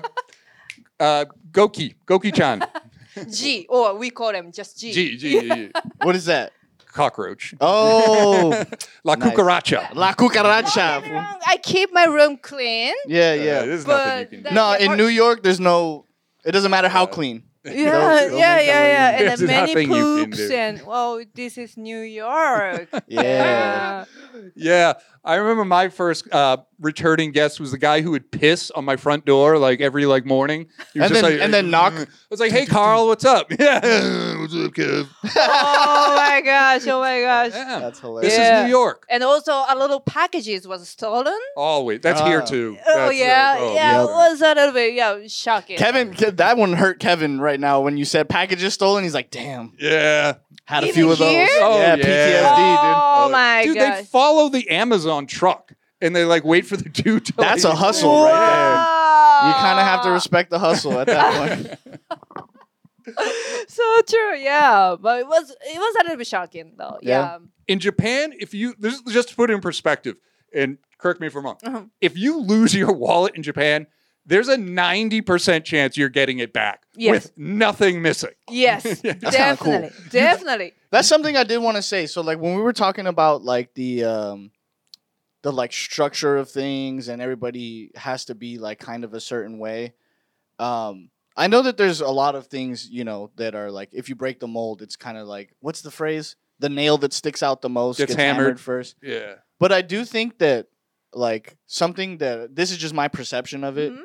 [SPEAKER 3] uh, Goki, Goki-chan,
[SPEAKER 2] G, or Oh, we call them just G.
[SPEAKER 3] G, G, G,
[SPEAKER 1] What is that?
[SPEAKER 3] cockroach,
[SPEAKER 1] Oh,
[SPEAKER 3] la
[SPEAKER 1] Nice.
[SPEAKER 3] cucaracha.
[SPEAKER 1] la
[SPEAKER 2] Don't get me
[SPEAKER 1] cucaracha.
[SPEAKER 2] wrong, I keep my room clean.
[SPEAKER 1] Yeah,
[SPEAKER 3] Yeah,
[SPEAKER 1] yeah.
[SPEAKER 3] Uh, there's
[SPEAKER 2] But
[SPEAKER 3] nothing you can do.
[SPEAKER 2] that-
[SPEAKER 1] No,
[SPEAKER 2] Yeah,
[SPEAKER 1] in
[SPEAKER 2] or-
[SPEAKER 1] New York, there's no. It doesn't matter how
[SPEAKER 3] Yeah.
[SPEAKER 1] clean.
[SPEAKER 2] Yeah,
[SPEAKER 1] they'll
[SPEAKER 2] yeah, yeah,
[SPEAKER 1] make a
[SPEAKER 2] yeah.
[SPEAKER 1] living.
[SPEAKER 2] And
[SPEAKER 3] There's
[SPEAKER 2] then many
[SPEAKER 3] nothing you can
[SPEAKER 2] poops
[SPEAKER 3] do.
[SPEAKER 2] and oh, this is New York.
[SPEAKER 1] Yeah.
[SPEAKER 3] Yeah, I remember my first uh, returning guest was the guy who would piss on my front door like every like morning. He was
[SPEAKER 1] And
[SPEAKER 3] just
[SPEAKER 1] then-
[SPEAKER 3] like-
[SPEAKER 1] and then knock?
[SPEAKER 3] I was like, "Hey, Carl, what's up?" Yeah, what's up, kid?
[SPEAKER 2] oh my gosh! Oh my gosh!
[SPEAKER 3] Yeah.
[SPEAKER 1] That's
[SPEAKER 3] This
[SPEAKER 1] hilarious.
[SPEAKER 2] Yeah.
[SPEAKER 3] is New York.
[SPEAKER 2] And also, a little packages was stolen.
[SPEAKER 3] Always. That's here
[SPEAKER 1] Ah.
[SPEAKER 3] too.
[SPEAKER 2] Oh
[SPEAKER 3] That's, uh,
[SPEAKER 2] yeah,
[SPEAKER 3] oh,
[SPEAKER 2] yeah,
[SPEAKER 1] yeah.
[SPEAKER 2] it was a little bit yeah shocking.
[SPEAKER 1] Kevin, Ke- that one hurt Kevin right now when you said packages stolen. He's like, damn,
[SPEAKER 3] Yeah.
[SPEAKER 1] had a
[SPEAKER 2] Even
[SPEAKER 1] few of those.
[SPEAKER 2] here?
[SPEAKER 3] Oh,
[SPEAKER 1] yeah,
[SPEAKER 3] yeah.
[SPEAKER 1] PTSD, dude.
[SPEAKER 2] oh
[SPEAKER 3] Uh,
[SPEAKER 2] my
[SPEAKER 3] dude,
[SPEAKER 2] gosh.
[SPEAKER 3] they follow the Amazon truck and they like wait for the dude. To,
[SPEAKER 1] That's
[SPEAKER 3] like-
[SPEAKER 1] a hustle right there. You kind of have
[SPEAKER 2] Oh.
[SPEAKER 1] to respect the hustle at that point.
[SPEAKER 2] So true, yeah. But it was it was a little bit shocking though.
[SPEAKER 1] Yeah.
[SPEAKER 2] Yeah.
[SPEAKER 3] in Japan, if you this is just to put it in perspective, and correct me if I'm wrong,
[SPEAKER 2] Uh-huh.
[SPEAKER 3] if you lose your wallet in Japan, there's a 90% chance you're getting it back
[SPEAKER 2] Yes.
[SPEAKER 3] with nothing missing.
[SPEAKER 2] Yes.
[SPEAKER 1] kinda cool.
[SPEAKER 2] definitely. Definitely.
[SPEAKER 1] That's something I did want to say. So like when we were talking about like the um the like structure of things and everybody has to be like kind of a certain way. Um I know that there's a lot of things, you know, that are like if you break the mold, it's kind of like what's the phrase? The nail that sticks out the most
[SPEAKER 3] Gets
[SPEAKER 1] gets hammered
[SPEAKER 3] hammered.
[SPEAKER 1] first.
[SPEAKER 3] Yeah.
[SPEAKER 1] But I do think that like something that this is just my perception of it.
[SPEAKER 2] Mhm.
[SPEAKER 3] Mm-hmm.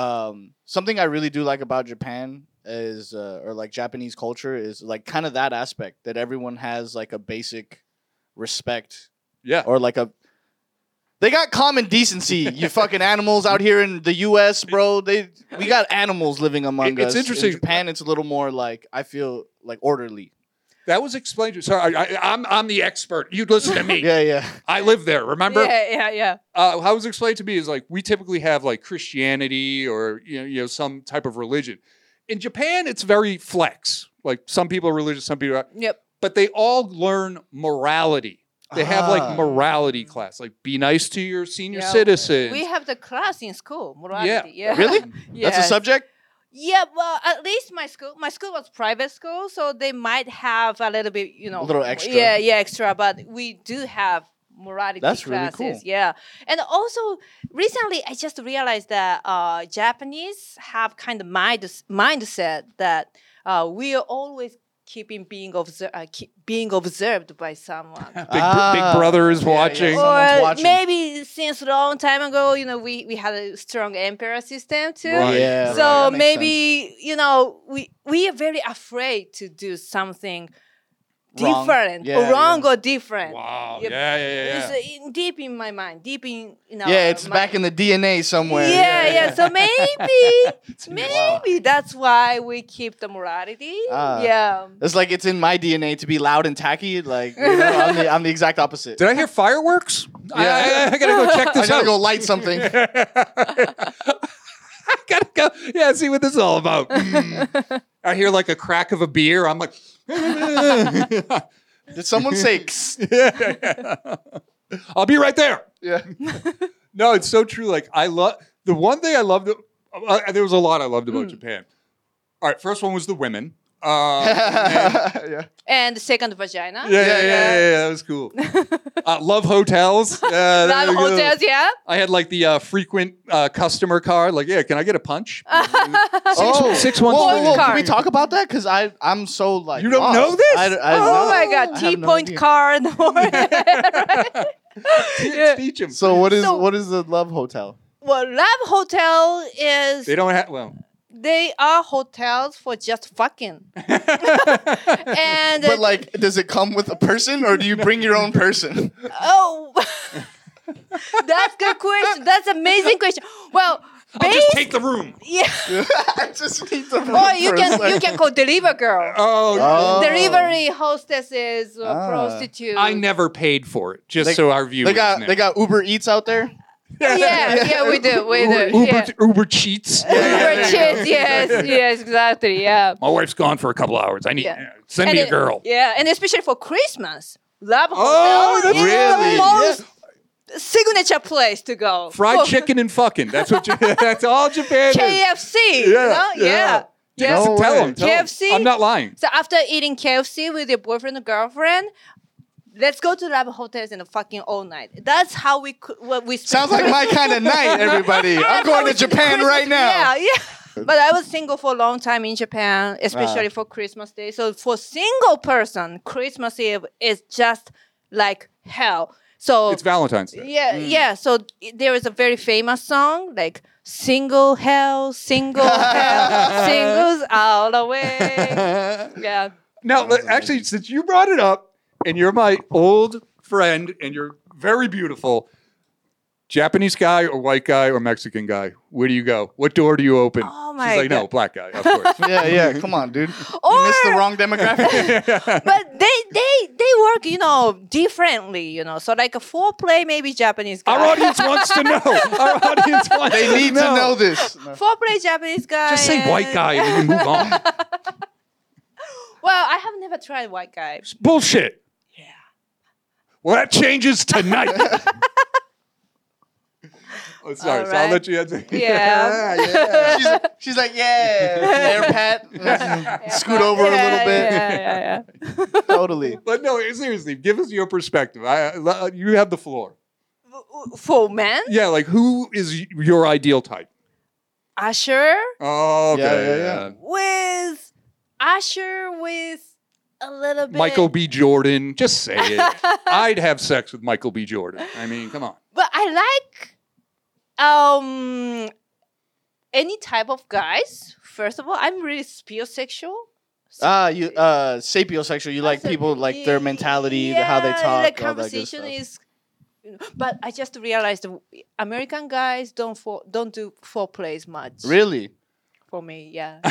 [SPEAKER 1] Um, something I really do like about Japan is uh, or like Japanese culture is like kind of that aspect that everyone has like a basic respect
[SPEAKER 3] Yeah.
[SPEAKER 1] or like a they got common decency. you fucking animals out here in the U.S., bro. They we got animals living among
[SPEAKER 3] It- it's
[SPEAKER 1] us.
[SPEAKER 3] interesting.
[SPEAKER 1] In Japan, it's a little more like I feel like orderly.
[SPEAKER 3] That was explained. to- Sorry, I, I, I'm, I'm the expert. You listen to me.
[SPEAKER 1] Yeah, yeah.
[SPEAKER 3] I live there, remember?
[SPEAKER 2] Yeah, yeah, yeah.
[SPEAKER 3] uh, how it was explained to me is like we typically have like Christianity or you know, you know some type of religion. In Japan, it's very flex. Like some people are religious, some people are,
[SPEAKER 2] Yep.
[SPEAKER 3] but they all learn morality. They have
[SPEAKER 1] Ah.
[SPEAKER 3] like morality class, like be nice to your senior
[SPEAKER 2] Yeah.
[SPEAKER 3] citizens.
[SPEAKER 2] We have the class in school, morality. Yeah.
[SPEAKER 1] Really?
[SPEAKER 2] Yes.
[SPEAKER 1] That's a subject.
[SPEAKER 2] Yeah, well, at least my school, my school was private school, so they might have a little bit, you know,
[SPEAKER 1] little extra.
[SPEAKER 2] Yeah, yeah, extra. But we do have morality
[SPEAKER 1] That's really
[SPEAKER 2] classes.
[SPEAKER 1] cool.
[SPEAKER 2] Yeah, and also recently I just realized that uh, Japanese have kind of mind mindset that uh, we are always keeping being observed, uh, keep being observed by someone.
[SPEAKER 3] Big, br-
[SPEAKER 1] Ah.
[SPEAKER 3] big brother is
[SPEAKER 1] Yeah, yeah.
[SPEAKER 3] watching.
[SPEAKER 1] Or- someone's watching.
[SPEAKER 2] maybe since a long time ago, you know, we, we had a strong emperor system too.
[SPEAKER 3] Right.
[SPEAKER 1] Yeah.
[SPEAKER 2] So
[SPEAKER 1] that makes
[SPEAKER 2] maybe you know we we are very afraid to do something
[SPEAKER 1] Wrong.
[SPEAKER 2] different
[SPEAKER 1] Yeah,
[SPEAKER 2] or wrong
[SPEAKER 1] yeah.
[SPEAKER 2] or different.
[SPEAKER 3] Wow. Yeah,
[SPEAKER 2] Yep.
[SPEAKER 3] yeah, yeah. yeah.
[SPEAKER 2] It's uh, in, deep in my mind, deep in you know.
[SPEAKER 1] yeah, it's
[SPEAKER 2] my-
[SPEAKER 1] back in the DNA somewhere.
[SPEAKER 2] Yeah, yeah, So maybe,
[SPEAKER 1] Wow.
[SPEAKER 2] maybe that's why we keep the morality.
[SPEAKER 1] Ah.
[SPEAKER 2] yeah.
[SPEAKER 1] It's like it's in my DNA to be loud and tacky. Like you know, I'm, the, I'm the exact opposite.
[SPEAKER 3] Did I hear fireworks? I-
[SPEAKER 1] Yeah.
[SPEAKER 3] I, I gotta go check
[SPEAKER 1] I
[SPEAKER 3] this
[SPEAKER 1] gotta
[SPEAKER 3] out.
[SPEAKER 1] go light something.
[SPEAKER 3] I gotta go. Yeah, see what this is all about. Mm. I hear like a crack of a beer. I'm like,
[SPEAKER 1] Did someone say? "Kss"?
[SPEAKER 3] I'll be right there.
[SPEAKER 1] Yeah.
[SPEAKER 3] No, it's so true. Like I love the one thing I love uh, there was a lot I loved
[SPEAKER 1] Hmm.
[SPEAKER 3] about Japan. All right, first one was the women. Uh, and then-
[SPEAKER 1] yeah.
[SPEAKER 2] And the second vagina.
[SPEAKER 3] yeah, yeah, yeah, yeah, yeah, that was cool. Uh, love hotels. Uh, there
[SPEAKER 2] Love
[SPEAKER 3] we go.
[SPEAKER 2] hotels, yeah.
[SPEAKER 3] I had like the uh, frequent uh, customer card. Like, yeah, can I get a punch?
[SPEAKER 1] Oh,
[SPEAKER 3] six ones
[SPEAKER 1] Whoa,
[SPEAKER 3] for
[SPEAKER 1] whoa,
[SPEAKER 3] the
[SPEAKER 1] can we
[SPEAKER 2] card.
[SPEAKER 1] talk about that? Because I I'm so like
[SPEAKER 3] You don't
[SPEAKER 1] lost.
[SPEAKER 3] know this?
[SPEAKER 1] I d- I
[SPEAKER 2] Oh
[SPEAKER 1] know.
[SPEAKER 2] my
[SPEAKER 1] I
[SPEAKER 2] god,
[SPEAKER 1] have
[SPEAKER 2] T
[SPEAKER 1] no
[SPEAKER 2] point
[SPEAKER 1] idea.
[SPEAKER 2] card. Right? Yeah.
[SPEAKER 3] Teach 'em.
[SPEAKER 1] So what is
[SPEAKER 2] So-
[SPEAKER 1] what is the love hotel?
[SPEAKER 2] Well, love hotel is
[SPEAKER 3] they don't have well.
[SPEAKER 2] they are hotels for just fucking. and
[SPEAKER 1] But like, does it come with a person, or do you bring your own person?
[SPEAKER 2] oh, that's good question. That's amazing question. Well,
[SPEAKER 3] I'll just
[SPEAKER 2] based-
[SPEAKER 3] take the room.
[SPEAKER 2] yeah.
[SPEAKER 1] I just need to.
[SPEAKER 2] Or you can you can call deliver girl.
[SPEAKER 3] Oh,
[SPEAKER 1] Oh.
[SPEAKER 2] Delivery hostesses uh, or
[SPEAKER 1] Ah.
[SPEAKER 2] prostitute.
[SPEAKER 3] I never paid for it. Just
[SPEAKER 1] They-
[SPEAKER 3] so our viewers
[SPEAKER 1] They got
[SPEAKER 3] know.
[SPEAKER 1] they got Uber Eats out there.
[SPEAKER 2] Yeah, yeah, we do, we
[SPEAKER 3] Uber,
[SPEAKER 2] do.
[SPEAKER 3] Uber,
[SPEAKER 2] yeah.
[SPEAKER 3] Uber cheats.
[SPEAKER 2] Uber cheats, yes, yes, exactly, yeah.
[SPEAKER 3] My wife's gone for a couple hours. I need
[SPEAKER 2] Yeah.
[SPEAKER 3] send
[SPEAKER 2] And
[SPEAKER 3] me a
[SPEAKER 2] it-
[SPEAKER 3] girl.
[SPEAKER 2] Yeah, and especially for Christmas. Love Hotel
[SPEAKER 3] Oh, that's
[SPEAKER 2] is
[SPEAKER 1] really?
[SPEAKER 2] the most signature place to go.
[SPEAKER 3] Fried
[SPEAKER 2] For
[SPEAKER 3] chicken and fucking. That's what. You, that's all Japan. is.
[SPEAKER 2] KFC. you know? yeah.
[SPEAKER 3] Dude,
[SPEAKER 1] No
[SPEAKER 3] tell
[SPEAKER 1] way.
[SPEAKER 3] him. Tell 'em.
[SPEAKER 2] KFC?
[SPEAKER 3] I'm not lying.
[SPEAKER 2] So after eating KFC with your boyfriend or girlfriend, let's go to Love Hotels and fucking all night. That's how we could, what we
[SPEAKER 1] Sounds
[SPEAKER 2] spend
[SPEAKER 1] like my kind of night, everybody. I'm going to Japan
[SPEAKER 2] Christmas-
[SPEAKER 1] right now.
[SPEAKER 2] Yeah, yeah. But I was single for a long time in Japan, especially
[SPEAKER 1] Ah.
[SPEAKER 2] for Christmas Day. So for single person, Christmas Eve is just like hell. So
[SPEAKER 3] It's Valentine's Day.
[SPEAKER 2] Oh. yeah, yeah. So i- there is a very famous song like "Single Hell, Single Hell, Singles All the Way." Yeah.
[SPEAKER 3] Now, le- actually, since you brought it up, and you're my old friend, and you're very beautiful, Japanese guy or white guy or Mexican guy, where do you go? What door do you open?
[SPEAKER 2] Oh
[SPEAKER 3] She's
[SPEAKER 2] my
[SPEAKER 3] like, no,
[SPEAKER 2] God.
[SPEAKER 3] black guy, of course.
[SPEAKER 1] Yeah, yeah. Come on, dude. you
[SPEAKER 2] Or-
[SPEAKER 1] missed the wrong demographic.
[SPEAKER 2] But they they they work you know differently you know so like a foreplay maybe Japanese guy
[SPEAKER 3] Our audience wants to know. Our audience wants.
[SPEAKER 1] they need to know this.
[SPEAKER 2] foreplay Japanese guy
[SPEAKER 3] Just say white
[SPEAKER 2] and-
[SPEAKER 3] guy and we move on.
[SPEAKER 2] Well, I have never tried white guy.
[SPEAKER 3] It's bullshit. Yeah. Well, that changes tonight. oh, sorry. So I'll
[SPEAKER 2] Alright.
[SPEAKER 3] let you answer.
[SPEAKER 2] Yeah.
[SPEAKER 1] She's, she's like, yeah, air pat, scoot over a little bit.
[SPEAKER 2] Yeah, yeah, yeah.
[SPEAKER 1] Totally.
[SPEAKER 3] But no, seriously, give us your perspective. I, I- you have the floor.
[SPEAKER 2] For men,
[SPEAKER 3] Yeah, like who is y- your ideal type?
[SPEAKER 2] Usher
[SPEAKER 3] Oh, okay.
[SPEAKER 1] Yeah, yeah, yeah.
[SPEAKER 2] with Usher with a little bit.
[SPEAKER 3] Michael B. Jordan. Just say it. I'd have sex with Michael B. Jordan. I mean, come on.
[SPEAKER 2] But I like um any type of guys. First of all, I'm really spiosexual.
[SPEAKER 1] Ah, you uh, sapiosexual. You like
[SPEAKER 2] So,
[SPEAKER 1] people like their
[SPEAKER 2] y-
[SPEAKER 1] mentality, the how they
[SPEAKER 2] yeah,
[SPEAKER 1] talk.
[SPEAKER 2] The
[SPEAKER 1] all that good
[SPEAKER 2] conversation
[SPEAKER 1] stuff.
[SPEAKER 2] is. you know, But I just realized w- American guys don't for, don't do foreplays much.
[SPEAKER 1] really.
[SPEAKER 2] for me, yeah.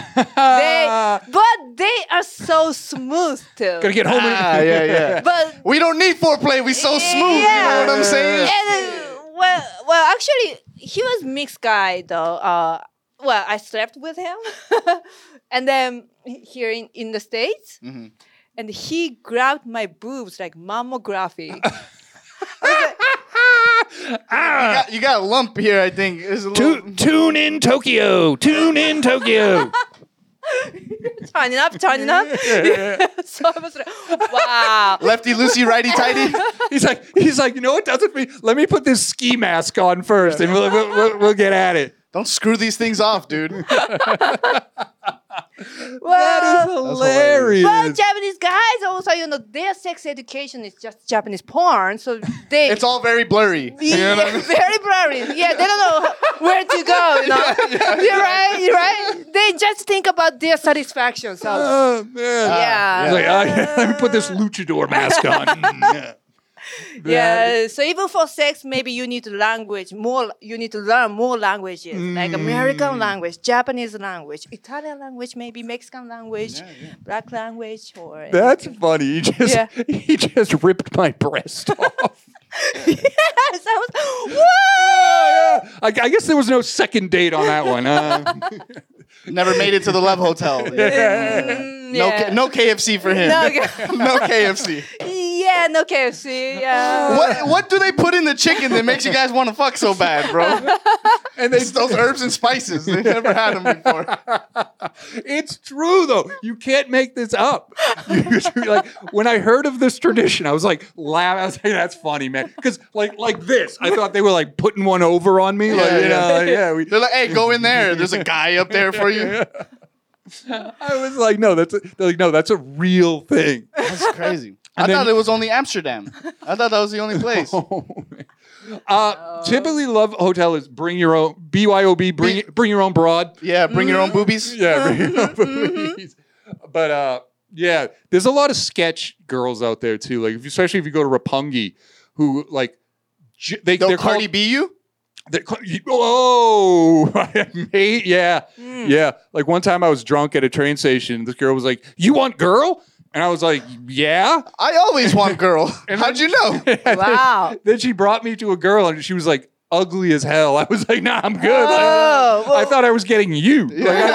[SPEAKER 2] they, but they are so smooth too.
[SPEAKER 3] Gonna get home. in-
[SPEAKER 1] Ah, yeah, yeah.
[SPEAKER 2] but
[SPEAKER 1] We don't need foreplay. We so smooth. You know what I'm saying?
[SPEAKER 2] And, uh, well, well, actually, he was mixed guy though. Uh, well, I slept with him, and then he- here in, in the states,
[SPEAKER 1] Mhm.
[SPEAKER 2] and he grabbed my boobs like mammography.
[SPEAKER 1] You got, you got a lump here, I think. There's a little.
[SPEAKER 3] Ah, Tu- tune in Tokyo. Tune in Tokyo.
[SPEAKER 2] turn it up, turn it up. so I was like, wow.
[SPEAKER 1] Lefty loosey, righty tighty.
[SPEAKER 3] he's like, he's like, you know what doesn't me? Let me put this ski mask on first, and we'll we'll, we'll, we'll get at it.
[SPEAKER 1] Don't screw these things off, dude.
[SPEAKER 2] Well,
[SPEAKER 1] hilarious.
[SPEAKER 2] But Japanese guys also, you know, their sex education is just Japanese porn, so they
[SPEAKER 1] It's all very blurry. You know
[SPEAKER 2] Yeah,
[SPEAKER 1] what I mean?
[SPEAKER 2] very blurry. Yeah, they don't know where to go. You know, you're right. You're right. They just think about their satisfaction. So
[SPEAKER 3] Oh man.
[SPEAKER 2] yeah,
[SPEAKER 3] He's like, oh, yeah, let me put this luchador mask on. yeah.
[SPEAKER 2] yeah. So even for sex, maybe you need language more. You need to learn more languages, like American language, Japanese language, Italian language, maybe Mexican language, black language, or
[SPEAKER 3] That's funny. He just
[SPEAKER 2] Yeah.
[SPEAKER 3] he just ripped my breast off.
[SPEAKER 2] yes. I was, whoa.
[SPEAKER 3] I, I guess there was no second date on that one. Huh?
[SPEAKER 1] Never made it to the Love Hotel.
[SPEAKER 2] Mm,
[SPEAKER 1] No,
[SPEAKER 2] yeah.
[SPEAKER 1] K- no KFC for him.
[SPEAKER 2] No K-
[SPEAKER 1] no KFC.
[SPEAKER 2] yeah, no KFC. Yeah.
[SPEAKER 1] What what do they put in the chicken that makes you guys want to fuck so bad, bro?
[SPEAKER 3] and they
[SPEAKER 1] It's those herbs and spices. They've never had them before.
[SPEAKER 3] it's true though. You can't make this up. like when I heard of this tradition, I was like, laugh. I was like, that's funny, man. Because like like this, I thought they were like putting one over on me. like,
[SPEAKER 1] Yeah,
[SPEAKER 3] you know,
[SPEAKER 1] yeah.
[SPEAKER 3] like, yeah. we-
[SPEAKER 1] They're like, hey, go in there. There's a guy up there for you.
[SPEAKER 3] I was like, no, that's a, they're like, no, that's a real thing.
[SPEAKER 1] That's crazy. I
[SPEAKER 3] And then- Oh.
[SPEAKER 1] thought it was only Amsterdam. I thought that was the only place.
[SPEAKER 3] Uh, typically, love hotel is bring your own BYOB, bring bring your own broad.
[SPEAKER 1] Yeah, bring your own boobies.
[SPEAKER 3] Yeah, bring your own
[SPEAKER 1] Mm-hmm,
[SPEAKER 3] boobies. But uh, yeah, there's a lot of sketch girls out there too. Like, if, especially if you go to Rapungi, who like j- they
[SPEAKER 1] They'll
[SPEAKER 3] they're
[SPEAKER 1] Cardi
[SPEAKER 3] called,
[SPEAKER 1] B you?
[SPEAKER 3] they're called, oh, mate, yeah,
[SPEAKER 1] Mm.
[SPEAKER 3] yeah. Like one time I was drunk at a train station. This girl was like, "You want girl?" And I was like, "Yeah."
[SPEAKER 1] I always want girl.
[SPEAKER 3] And
[SPEAKER 1] How'd you know?
[SPEAKER 2] Wow.
[SPEAKER 3] Then she brought me to a girl, and she was like. Ugly as hell. I was like, nah, I'm good. Like,
[SPEAKER 2] Oh,
[SPEAKER 3] I
[SPEAKER 2] well-
[SPEAKER 3] thought I was getting you. Like, I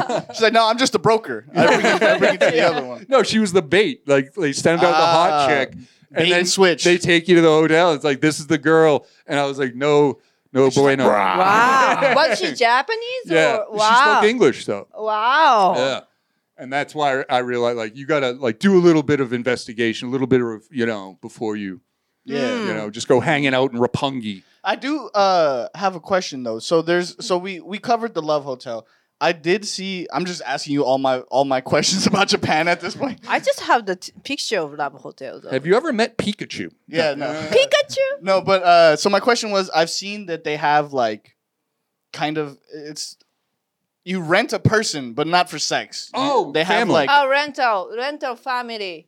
[SPEAKER 3] thought-
[SPEAKER 1] She's like, no, I'm just a broker. I bring it, I bring it to the other one.
[SPEAKER 3] No, she was the bait. Like they send out the
[SPEAKER 1] Ah,
[SPEAKER 3] hot chick,
[SPEAKER 1] bait and switch.
[SPEAKER 3] They take you to the hotel. It's like this is the girl, and I was like, no, no bueno.
[SPEAKER 2] Wow. Was she Japanese?
[SPEAKER 3] Yeah,
[SPEAKER 2] Or?
[SPEAKER 3] she
[SPEAKER 2] Wow.
[SPEAKER 3] spoke English though.
[SPEAKER 1] Oh.
[SPEAKER 2] Wow.
[SPEAKER 3] Yeah, and that's why I realized like you gotta like do a little bit of investigation, a little bit of you know before you
[SPEAKER 1] Yeah.
[SPEAKER 3] you know just go hanging out in Rapungi.
[SPEAKER 1] Hmm. I do uh have a question though. So there's so we we covered the Love Hotel. I did see I'm just asking you all my all my questions about Japan at this point.
[SPEAKER 2] I just have the t- picture of Love Hotel. Though.
[SPEAKER 3] Have you ever met Pikachu?
[SPEAKER 1] Yeah, no.
[SPEAKER 2] Pikachu?
[SPEAKER 1] No, but uh so my question was I've seen that they have like kind of it's you rent a person but not for sex. You-
[SPEAKER 3] Oh,
[SPEAKER 1] they have
[SPEAKER 3] family.
[SPEAKER 1] like
[SPEAKER 2] Oh, rental, rental family.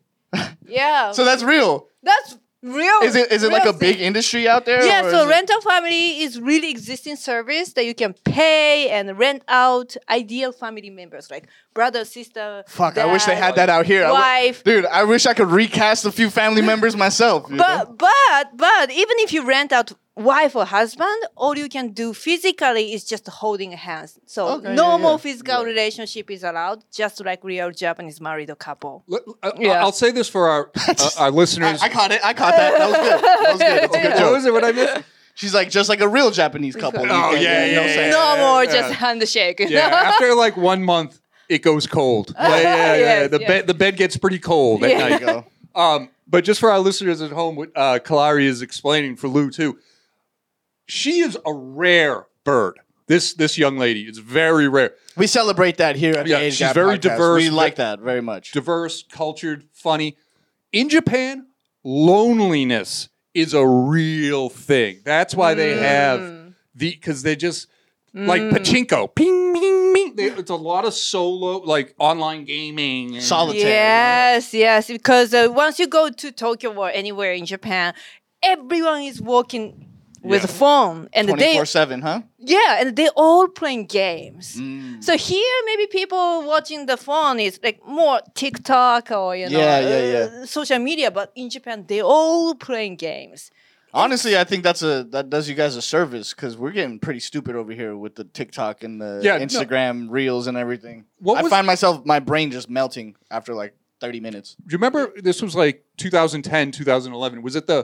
[SPEAKER 2] Yeah.
[SPEAKER 1] So that's real.
[SPEAKER 2] that's real.
[SPEAKER 1] Is it is it like
[SPEAKER 2] Oh, real
[SPEAKER 1] a big
[SPEAKER 2] thing.
[SPEAKER 1] industry out there?
[SPEAKER 2] Yeah,
[SPEAKER 1] or
[SPEAKER 2] so
[SPEAKER 1] is it-
[SPEAKER 2] rental family is really existing service that you can pay and rent out ideal family members like brother, sister.
[SPEAKER 1] Fuck, I wish they
[SPEAKER 2] dad.
[SPEAKER 1] had that out here. I wi-
[SPEAKER 2] wife.
[SPEAKER 1] dude, I wish I could recast a few family members myself. you know?
[SPEAKER 2] But but but even if you rent out wife or husband, all you can do physically is just holding hands. So
[SPEAKER 1] Okay,
[SPEAKER 2] no
[SPEAKER 1] yeah,
[SPEAKER 2] more
[SPEAKER 1] yeah.
[SPEAKER 2] physical relationship is allowed, just like real Japanese married couple.
[SPEAKER 3] Let- I,
[SPEAKER 2] Yeah.
[SPEAKER 3] will uh, say this for our uh, our
[SPEAKER 1] I,
[SPEAKER 3] listeners.
[SPEAKER 1] I caught it. I caught that. That was good. That was good. That's a good
[SPEAKER 3] what
[SPEAKER 1] joke.
[SPEAKER 3] was it? What I missed?
[SPEAKER 1] She's like just like a real Japanese couple. You
[SPEAKER 3] Oh,
[SPEAKER 1] can't
[SPEAKER 3] yeah,
[SPEAKER 1] get no
[SPEAKER 3] yeah,
[SPEAKER 1] sex.
[SPEAKER 3] yeah.
[SPEAKER 2] no more
[SPEAKER 3] yeah.
[SPEAKER 2] just handshake.
[SPEAKER 3] Yeah, after like one month, it goes cold. Yeah, yeah, yeah.
[SPEAKER 2] Yes,
[SPEAKER 3] the
[SPEAKER 2] yes.
[SPEAKER 3] bed the bed gets pretty cold at
[SPEAKER 2] Yeah.
[SPEAKER 1] There you
[SPEAKER 3] night.
[SPEAKER 1] go.
[SPEAKER 3] Um, but just for our listeners at home, what uh, Kalari is explaining for Lou too, she is a rare bird. This this young lady is very rare,
[SPEAKER 1] We celebrate that here at
[SPEAKER 3] Yeah,
[SPEAKER 1] the Age
[SPEAKER 3] she's
[SPEAKER 1] Gap
[SPEAKER 3] very
[SPEAKER 1] Podcast.
[SPEAKER 3] diverse,
[SPEAKER 1] We
[SPEAKER 3] but-
[SPEAKER 1] like that very much.
[SPEAKER 3] diverse, cultured, funny. In Japan, loneliness is a real thing. That's why they have the because they just like pachinko, ping, ping, ping. They, it's a lot of solo, like online gaming. and-
[SPEAKER 1] Solid. Solitary, yeah.
[SPEAKER 2] Yes, yes, because uh, once you go to Tokyo or anywhere in Japan, everyone is walking with
[SPEAKER 3] Yeah.
[SPEAKER 2] a phone and they
[SPEAKER 1] 24 7, huh?
[SPEAKER 2] yeah, and they all playing games.
[SPEAKER 1] Mm.
[SPEAKER 2] So here, maybe people watching the phone is like more TikTok or you know,
[SPEAKER 1] Yeah, yeah,
[SPEAKER 2] uh, social media. But in Japan, they all playing games.
[SPEAKER 1] Honestly, I think that's a that does you guys a service because we're getting pretty stupid over here with the TikTok and the
[SPEAKER 3] Yeah, no.
[SPEAKER 1] Instagram reels and everything.
[SPEAKER 3] What
[SPEAKER 1] I
[SPEAKER 3] was-
[SPEAKER 1] find myself my brain just melting after like 30 minutes.
[SPEAKER 3] Do you remember this was like 2010, 2011? Was it the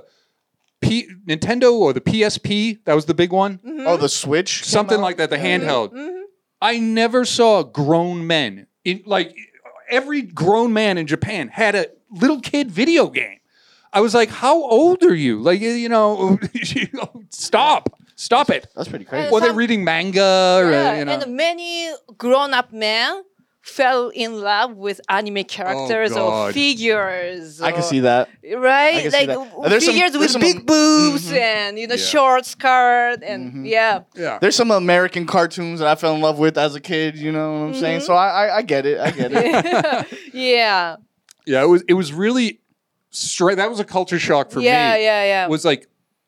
[SPEAKER 3] P- Nintendo or the PSP? That was the big one?
[SPEAKER 1] Oh, the Switch? came
[SPEAKER 3] Something
[SPEAKER 1] out?
[SPEAKER 3] like that, the handheld.
[SPEAKER 2] Mm-hmm.
[SPEAKER 3] I never saw grown men in like every grown man in Japan had a little kid video game. I was like, how old are you? Like, you know, stop, stop it.
[SPEAKER 1] That's pretty crazy.
[SPEAKER 3] Or they're reading manga or,
[SPEAKER 2] Yeah,
[SPEAKER 3] you know.
[SPEAKER 2] And many grown-up men fell in love with anime characters or
[SPEAKER 3] God.
[SPEAKER 2] figures.
[SPEAKER 1] Oh, I can
[SPEAKER 2] or-
[SPEAKER 1] see that.
[SPEAKER 2] right?
[SPEAKER 1] I can see
[SPEAKER 2] like
[SPEAKER 1] that.
[SPEAKER 2] w-
[SPEAKER 1] There's some-
[SPEAKER 2] figures
[SPEAKER 1] there's
[SPEAKER 2] with
[SPEAKER 1] some- mm-hmm.
[SPEAKER 2] big boobs and you know
[SPEAKER 3] Yeah.
[SPEAKER 2] short skirt and yeah.
[SPEAKER 3] yeah.
[SPEAKER 1] There's some American cartoons that I fell in love with as a kid, you know what I'm saying? So I, I, I get it. I get it.
[SPEAKER 2] yeah,
[SPEAKER 3] Yeah, it was it was really straight. That was a culture shock for
[SPEAKER 2] yeah,
[SPEAKER 3] me.
[SPEAKER 2] yeah, yeah.
[SPEAKER 3] Was like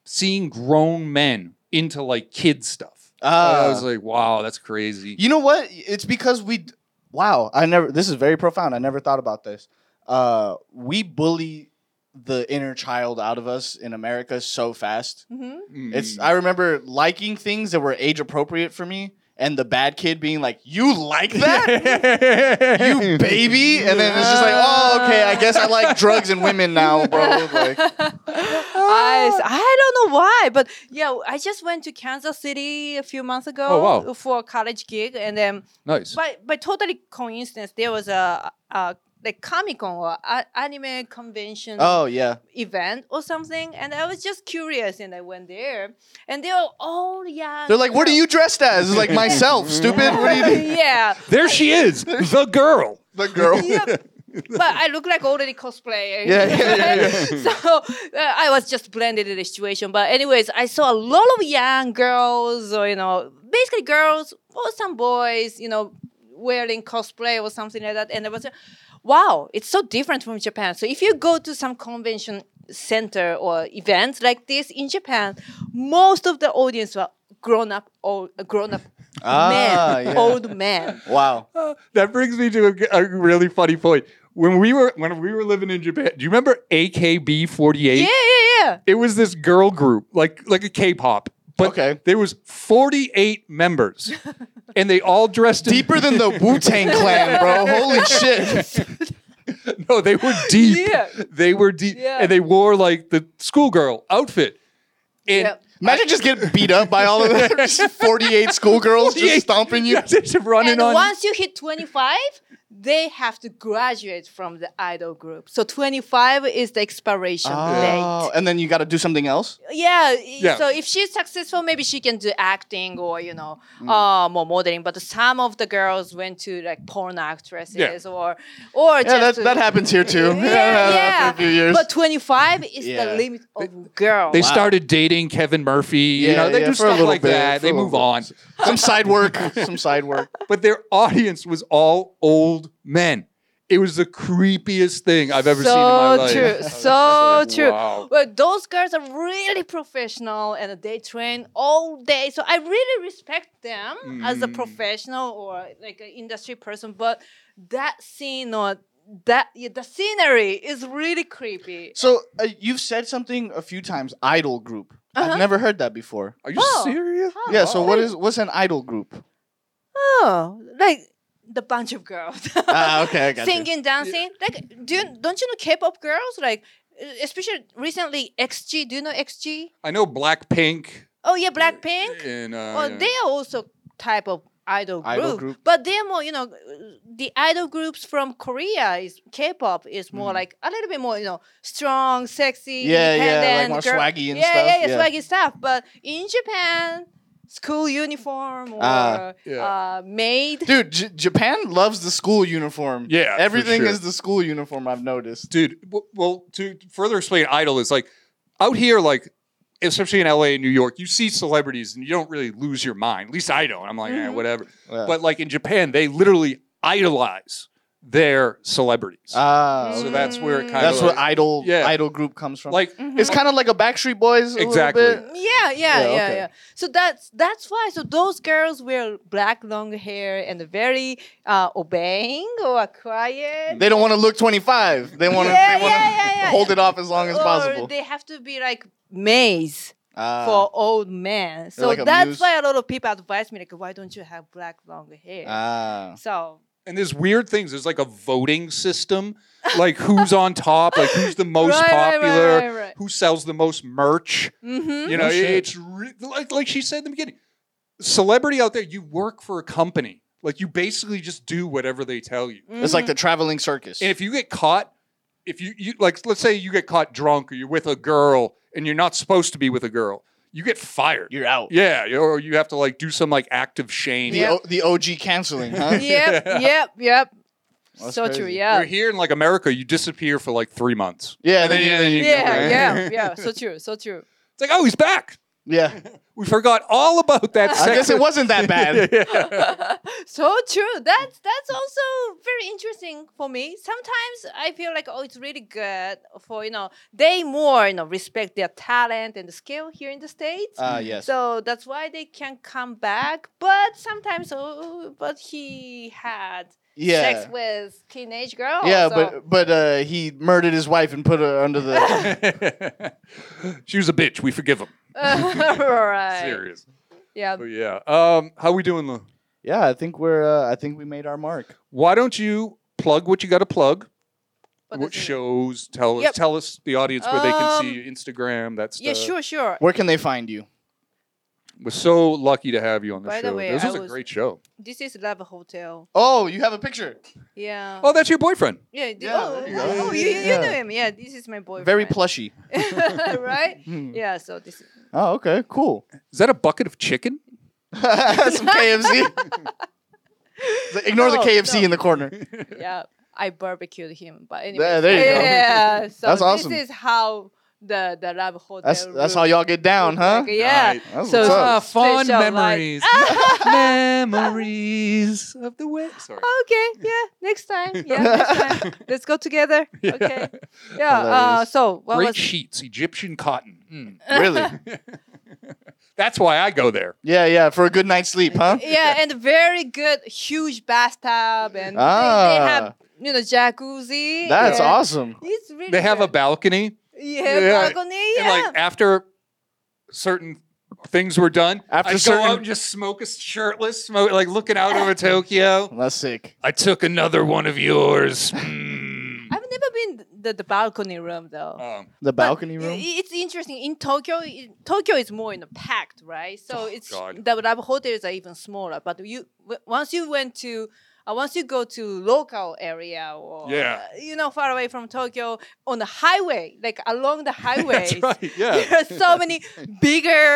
[SPEAKER 3] seeing grown men into like kid stuff.
[SPEAKER 1] Ah.
[SPEAKER 2] Uh.
[SPEAKER 3] I was like, wow, that's crazy.
[SPEAKER 1] You know what? It's because we. d- Wow, I never. This is very profound. I never thought about this. Uh, we bully the inner child out of us in America so fast.
[SPEAKER 2] Mm-hmm.
[SPEAKER 3] Mm.
[SPEAKER 1] It's. I remember liking things that were age appropriate for me, and the bad kid being like, "You like that, you baby," and then it's just like, "Oh, okay. I guess I like drugs and women now, bro." Like,
[SPEAKER 2] I, I don't know know why, but yeah, I just went to Kansas City a few months ago
[SPEAKER 1] Oh,
[SPEAKER 3] wow.
[SPEAKER 2] for a college gig, and then
[SPEAKER 3] Nice.
[SPEAKER 2] by by totally coincidence, there was a, a like Comic Con or a, anime convention
[SPEAKER 1] Oh yeah.
[SPEAKER 2] event or something, and I was just curious, and I went there, and they were all young.
[SPEAKER 1] They're like, what are you dressed as? It's like myself, stupid. What are you doing?
[SPEAKER 2] yeah,
[SPEAKER 3] There she is, the girl.
[SPEAKER 1] The girl.
[SPEAKER 2] Yep. but I look like already cosplayer.
[SPEAKER 1] Yeah, yeah, yeah,
[SPEAKER 2] so uh, I was just blended in the situation. But anyways, I saw a lot of young girls, or you know, basically girls or some boys, you know, wearing cosplay or something like that. And I was, uh, wow, it's so different from Japan. So if you go to some convention center or event like this in Japan, most of the audience were grown up, old, grown up
[SPEAKER 1] Ah,
[SPEAKER 2] men,
[SPEAKER 1] yeah.
[SPEAKER 2] old men.
[SPEAKER 1] Wow.
[SPEAKER 3] Uh, that brings me to a g- a, really funny point. When we were when we were living in Japan, do you remember AKB forty eight?
[SPEAKER 2] Yeah, yeah, yeah.
[SPEAKER 3] It was this girl group, like like a K-pop. But
[SPEAKER 1] Okay.
[SPEAKER 3] there was 48 members, and they all dressed in-
[SPEAKER 1] Deeper than the Wu Tang Clan, bro. Holy shit.
[SPEAKER 3] No, they were deep.
[SPEAKER 2] Yeah.
[SPEAKER 3] They were deep,
[SPEAKER 2] Yeah.
[SPEAKER 3] and they wore like the schoolgirl outfit. And
[SPEAKER 2] Yep.
[SPEAKER 1] Imagine just getting beat up by all of them. Just 48 schoolgirls just stomping you.
[SPEAKER 3] just running
[SPEAKER 2] and
[SPEAKER 3] on.
[SPEAKER 2] once you hit 25 they have to graduate from the idol group so 25 is the expiration
[SPEAKER 1] Oh,
[SPEAKER 2] date
[SPEAKER 1] and then you got to do something else.
[SPEAKER 2] yeah, i-
[SPEAKER 3] Yeah.
[SPEAKER 2] so if she's successful maybe she can do acting or you know
[SPEAKER 1] Mm.
[SPEAKER 2] um, or modeling but some of the girls went to like porn actresses or or
[SPEAKER 1] Yeah, that,
[SPEAKER 2] just to-
[SPEAKER 1] that happens here too.
[SPEAKER 2] yeah,
[SPEAKER 1] After
[SPEAKER 2] yeah.
[SPEAKER 1] a few years.
[SPEAKER 2] but 25 is
[SPEAKER 1] Yeah.
[SPEAKER 2] the limit of girl
[SPEAKER 3] They started dating Kevin Murphy. you
[SPEAKER 1] Yeah,
[SPEAKER 3] know, they
[SPEAKER 1] yeah,
[SPEAKER 3] do
[SPEAKER 1] for
[SPEAKER 3] stuff
[SPEAKER 1] a little
[SPEAKER 3] like
[SPEAKER 1] bit,
[SPEAKER 3] that.
[SPEAKER 1] for
[SPEAKER 3] They
[SPEAKER 1] a little
[SPEAKER 3] move
[SPEAKER 1] bit.
[SPEAKER 3] on.
[SPEAKER 1] some side work. Some side work.
[SPEAKER 3] But their audience was all old men. It was the creepiest thing I've ever
[SPEAKER 2] so
[SPEAKER 3] seen in my life.
[SPEAKER 2] true so true
[SPEAKER 3] Wow.
[SPEAKER 2] well those girls are really professional and they train all day so i really respect them as a
[SPEAKER 3] Mm.
[SPEAKER 2] professional or like an industry person but that scene or that yeah, the scenery is really creepy
[SPEAKER 1] So uh, you've said something a few times. Idol group.
[SPEAKER 2] Uh-huh.
[SPEAKER 1] I've never heard that before.
[SPEAKER 3] Are you
[SPEAKER 2] Oh.
[SPEAKER 3] serious?
[SPEAKER 2] Oh.
[SPEAKER 1] Yeah. So what is what's an idol group?
[SPEAKER 2] oh like the bunch of girls
[SPEAKER 1] Ah, okay, I got you.
[SPEAKER 2] singing dancing like do you, don't you know k-pop girls like uh, especially recently xg do you know xg
[SPEAKER 3] I know Blackpink.
[SPEAKER 2] oh yeah blackpink
[SPEAKER 3] And, uh,
[SPEAKER 2] Well,
[SPEAKER 3] yeah.
[SPEAKER 2] they are also type of idol group,
[SPEAKER 1] Oh, Idol group.
[SPEAKER 2] but they're more, you know, the idol groups from Korea is K-pop is more like a little bit more, you know, strong, sexy,
[SPEAKER 1] Mm. Yeah, yeah, like
[SPEAKER 2] independent,
[SPEAKER 1] more
[SPEAKER 2] girl-
[SPEAKER 1] swaggy and
[SPEAKER 2] yeah,
[SPEAKER 1] stuff,
[SPEAKER 2] Yeah, yeah,
[SPEAKER 1] yeah.
[SPEAKER 2] swaggy stuff. But in Japan, school uniform or
[SPEAKER 1] Ah,
[SPEAKER 3] yeah.
[SPEAKER 2] uh, maid.
[SPEAKER 1] Dude, J- Japan loves the school uniform.
[SPEAKER 3] Yeah, for
[SPEAKER 1] everything
[SPEAKER 3] sure.
[SPEAKER 1] is the school uniform. I've noticed.
[SPEAKER 3] dude. w- Well, to further explain, idol is like out here, like especially in LA and New York, you see celebrities and you don't really lose your mind. At least I don't. I'm like, eh,
[SPEAKER 2] Mhm.
[SPEAKER 3] whatever.
[SPEAKER 1] Yeah.
[SPEAKER 3] But like in Japan, they literally idolize their celebrities.
[SPEAKER 1] Ah,
[SPEAKER 3] so
[SPEAKER 2] Mm.
[SPEAKER 1] okay.
[SPEAKER 3] that's where it kind
[SPEAKER 1] that's
[SPEAKER 3] of
[SPEAKER 1] where
[SPEAKER 3] like,
[SPEAKER 1] idol
[SPEAKER 3] Yeah.
[SPEAKER 1] idol group comes from.
[SPEAKER 3] like
[SPEAKER 2] Mhm.
[SPEAKER 1] it's kind of like a Backstreet Boys. a little
[SPEAKER 3] Exactly.
[SPEAKER 1] bit.
[SPEAKER 2] Yeah, yeah, yeah,
[SPEAKER 1] Yeah,
[SPEAKER 2] yeah,
[SPEAKER 1] okay.
[SPEAKER 2] So that's that's why. So those girls wear black long hair and very uh, obeying or quiet.
[SPEAKER 1] They don't want to look 25. They want to
[SPEAKER 2] Yeah, yeah, yeah, yeah.
[SPEAKER 1] hold it off as long as
[SPEAKER 2] or
[SPEAKER 1] possible.
[SPEAKER 2] They have to be like maids
[SPEAKER 1] Ah.
[SPEAKER 2] for old men. So
[SPEAKER 1] like a
[SPEAKER 2] that's
[SPEAKER 1] muse.
[SPEAKER 2] why a lot of people advise me like, why don't you have black long hair?
[SPEAKER 1] Ah.
[SPEAKER 2] so
[SPEAKER 3] and there's weird things. There's like a voting system, like who's on top, like who's the most
[SPEAKER 2] Right, right, right,
[SPEAKER 3] popular,
[SPEAKER 2] right, right.
[SPEAKER 3] who sells the most merch.
[SPEAKER 2] hmm
[SPEAKER 3] You know,
[SPEAKER 1] Oh, shit.
[SPEAKER 3] it's re- like like she said in the beginning, celebrity out there. You work for a company, like you basically just do whatever they tell you.
[SPEAKER 1] It's
[SPEAKER 2] Mm-hmm.
[SPEAKER 1] like the traveling circus.
[SPEAKER 3] And if you get caught, if you, you like, let's say you get caught drunk or you're with a girl and you're not supposed to be with a girl, you get fired.
[SPEAKER 1] You're out.
[SPEAKER 3] yeah, you- or you have to like do some like act of shame.
[SPEAKER 1] The,
[SPEAKER 2] Yeah.
[SPEAKER 1] o- the OG canceling, huh?
[SPEAKER 2] yep, yep, yep.
[SPEAKER 1] That's
[SPEAKER 2] so true,
[SPEAKER 1] crazy.
[SPEAKER 2] yeah.
[SPEAKER 3] You're here in like America, you disappear for like three months.
[SPEAKER 1] Yeah, then you- then you go
[SPEAKER 2] Yeah,
[SPEAKER 1] back.
[SPEAKER 2] yeah, yeah. So true, so true.
[SPEAKER 3] It's like, oh, he's back.
[SPEAKER 1] Yeah.
[SPEAKER 3] We forgot all about that.
[SPEAKER 1] I guess it wasn't that bad.
[SPEAKER 2] So true. That's that's also very interesting for me. Sometimes I feel like oh, it's really good for you know they more you know respect their talent and skill here in the states.
[SPEAKER 1] Ah, yes.
[SPEAKER 2] So that's why they can come back. But sometimes oh, but he had
[SPEAKER 1] yeah.
[SPEAKER 2] sex with teenage girls.
[SPEAKER 1] yeah,
[SPEAKER 2] so-
[SPEAKER 1] but but uh, he murdered his wife and put her under the.
[SPEAKER 3] she was a bitch. We forgive him.
[SPEAKER 2] right.
[SPEAKER 3] Serious.
[SPEAKER 2] Yeah.
[SPEAKER 3] But yeah. Um, how we doing, Lou?
[SPEAKER 1] yeah, I think we're. Uh, I think we made our mark.
[SPEAKER 3] Why don't you plug what you got to plug?
[SPEAKER 2] What
[SPEAKER 3] What
[SPEAKER 2] does it mean?
[SPEAKER 3] shows? Tell
[SPEAKER 2] Yep.
[SPEAKER 3] tell us the audience where they can
[SPEAKER 2] Um,
[SPEAKER 3] see you, Instagram. That's
[SPEAKER 2] Yeah, sure, sure.
[SPEAKER 1] Where can they find you?
[SPEAKER 3] We're so lucky to have you on the
[SPEAKER 2] By
[SPEAKER 3] show.
[SPEAKER 2] the way,
[SPEAKER 3] this
[SPEAKER 2] I
[SPEAKER 3] was a
[SPEAKER 2] was-
[SPEAKER 3] great show.
[SPEAKER 2] This is Love Hotel.
[SPEAKER 1] Oh, you have a picture.
[SPEAKER 2] Yeah.
[SPEAKER 3] Oh, that's your boyfriend.
[SPEAKER 2] yeah. th-
[SPEAKER 1] yeah,
[SPEAKER 2] oh,
[SPEAKER 1] there
[SPEAKER 2] you,
[SPEAKER 1] you go.
[SPEAKER 2] oh, you, you
[SPEAKER 1] Yeah.
[SPEAKER 2] know him. Yeah, this is my boyfriend.
[SPEAKER 1] Very plushy.
[SPEAKER 2] right?
[SPEAKER 1] Hmm.
[SPEAKER 2] Yeah, so this is-
[SPEAKER 1] Oh, okay, cool.
[SPEAKER 3] Is that a bucket of chicken?
[SPEAKER 1] Some KFC. So Ignore the
[SPEAKER 2] No,
[SPEAKER 1] KFC
[SPEAKER 2] no.
[SPEAKER 1] in the corner.
[SPEAKER 2] yeah, I barbecued him. But anyway.
[SPEAKER 1] There- there you go.
[SPEAKER 2] yeah, so
[SPEAKER 1] That's awesome.
[SPEAKER 2] This is how the the Love Hotel.
[SPEAKER 1] That's that's
[SPEAKER 2] room
[SPEAKER 1] how y'all get down,
[SPEAKER 2] look
[SPEAKER 1] huh?
[SPEAKER 2] like. Yeah.
[SPEAKER 3] Right.
[SPEAKER 1] That's
[SPEAKER 2] So-
[SPEAKER 1] what's up.
[SPEAKER 3] Ah, fond
[SPEAKER 2] Special light.
[SPEAKER 3] memories. memories of the west. Sorry.
[SPEAKER 2] okay yeah next time yeah next time. let's go together
[SPEAKER 3] Yeah.
[SPEAKER 2] okay yeah uh,
[SPEAKER 1] Hilarious.
[SPEAKER 2] so what
[SPEAKER 3] Great
[SPEAKER 2] was
[SPEAKER 3] sheets, Egyptian cotton.
[SPEAKER 1] really?
[SPEAKER 3] Mm. that's why I go there.
[SPEAKER 1] Yeah, yeah. For a good night's sleep, huh?
[SPEAKER 2] yeah and very good huge bathtub and they- they,
[SPEAKER 1] Ah.
[SPEAKER 2] have you know jacuzzi
[SPEAKER 1] That's
[SPEAKER 2] and
[SPEAKER 1] awesome.
[SPEAKER 2] it's really
[SPEAKER 3] They have a
[SPEAKER 2] good.
[SPEAKER 3] balcony,
[SPEAKER 2] yeah,
[SPEAKER 3] yeah,
[SPEAKER 2] balcony
[SPEAKER 3] and
[SPEAKER 2] yeah
[SPEAKER 3] like after certain things were done,
[SPEAKER 1] After
[SPEAKER 3] I'd go
[SPEAKER 1] certain-
[SPEAKER 3] out and just smoke a shirtless, smoke like looking out over Tokyo.
[SPEAKER 1] That's sick.
[SPEAKER 3] I took another one of yours. Mm.
[SPEAKER 2] I've never been the, the balcony room though
[SPEAKER 3] Um,
[SPEAKER 1] The
[SPEAKER 2] But
[SPEAKER 1] balcony
[SPEAKER 2] i-
[SPEAKER 1] room.
[SPEAKER 2] It's interesting in Tokyo. i- Tokyo is more in a packed, right?
[SPEAKER 1] Oh,
[SPEAKER 2] So it's
[SPEAKER 3] God.
[SPEAKER 2] the lab hotels are even smaller. But you w- once you went to uh, once you go to local area or
[SPEAKER 3] Yeah.
[SPEAKER 2] uh, you know far away from Tokyo on the highway, like along the highways,
[SPEAKER 3] that's right. Yeah.
[SPEAKER 2] there are so many bigger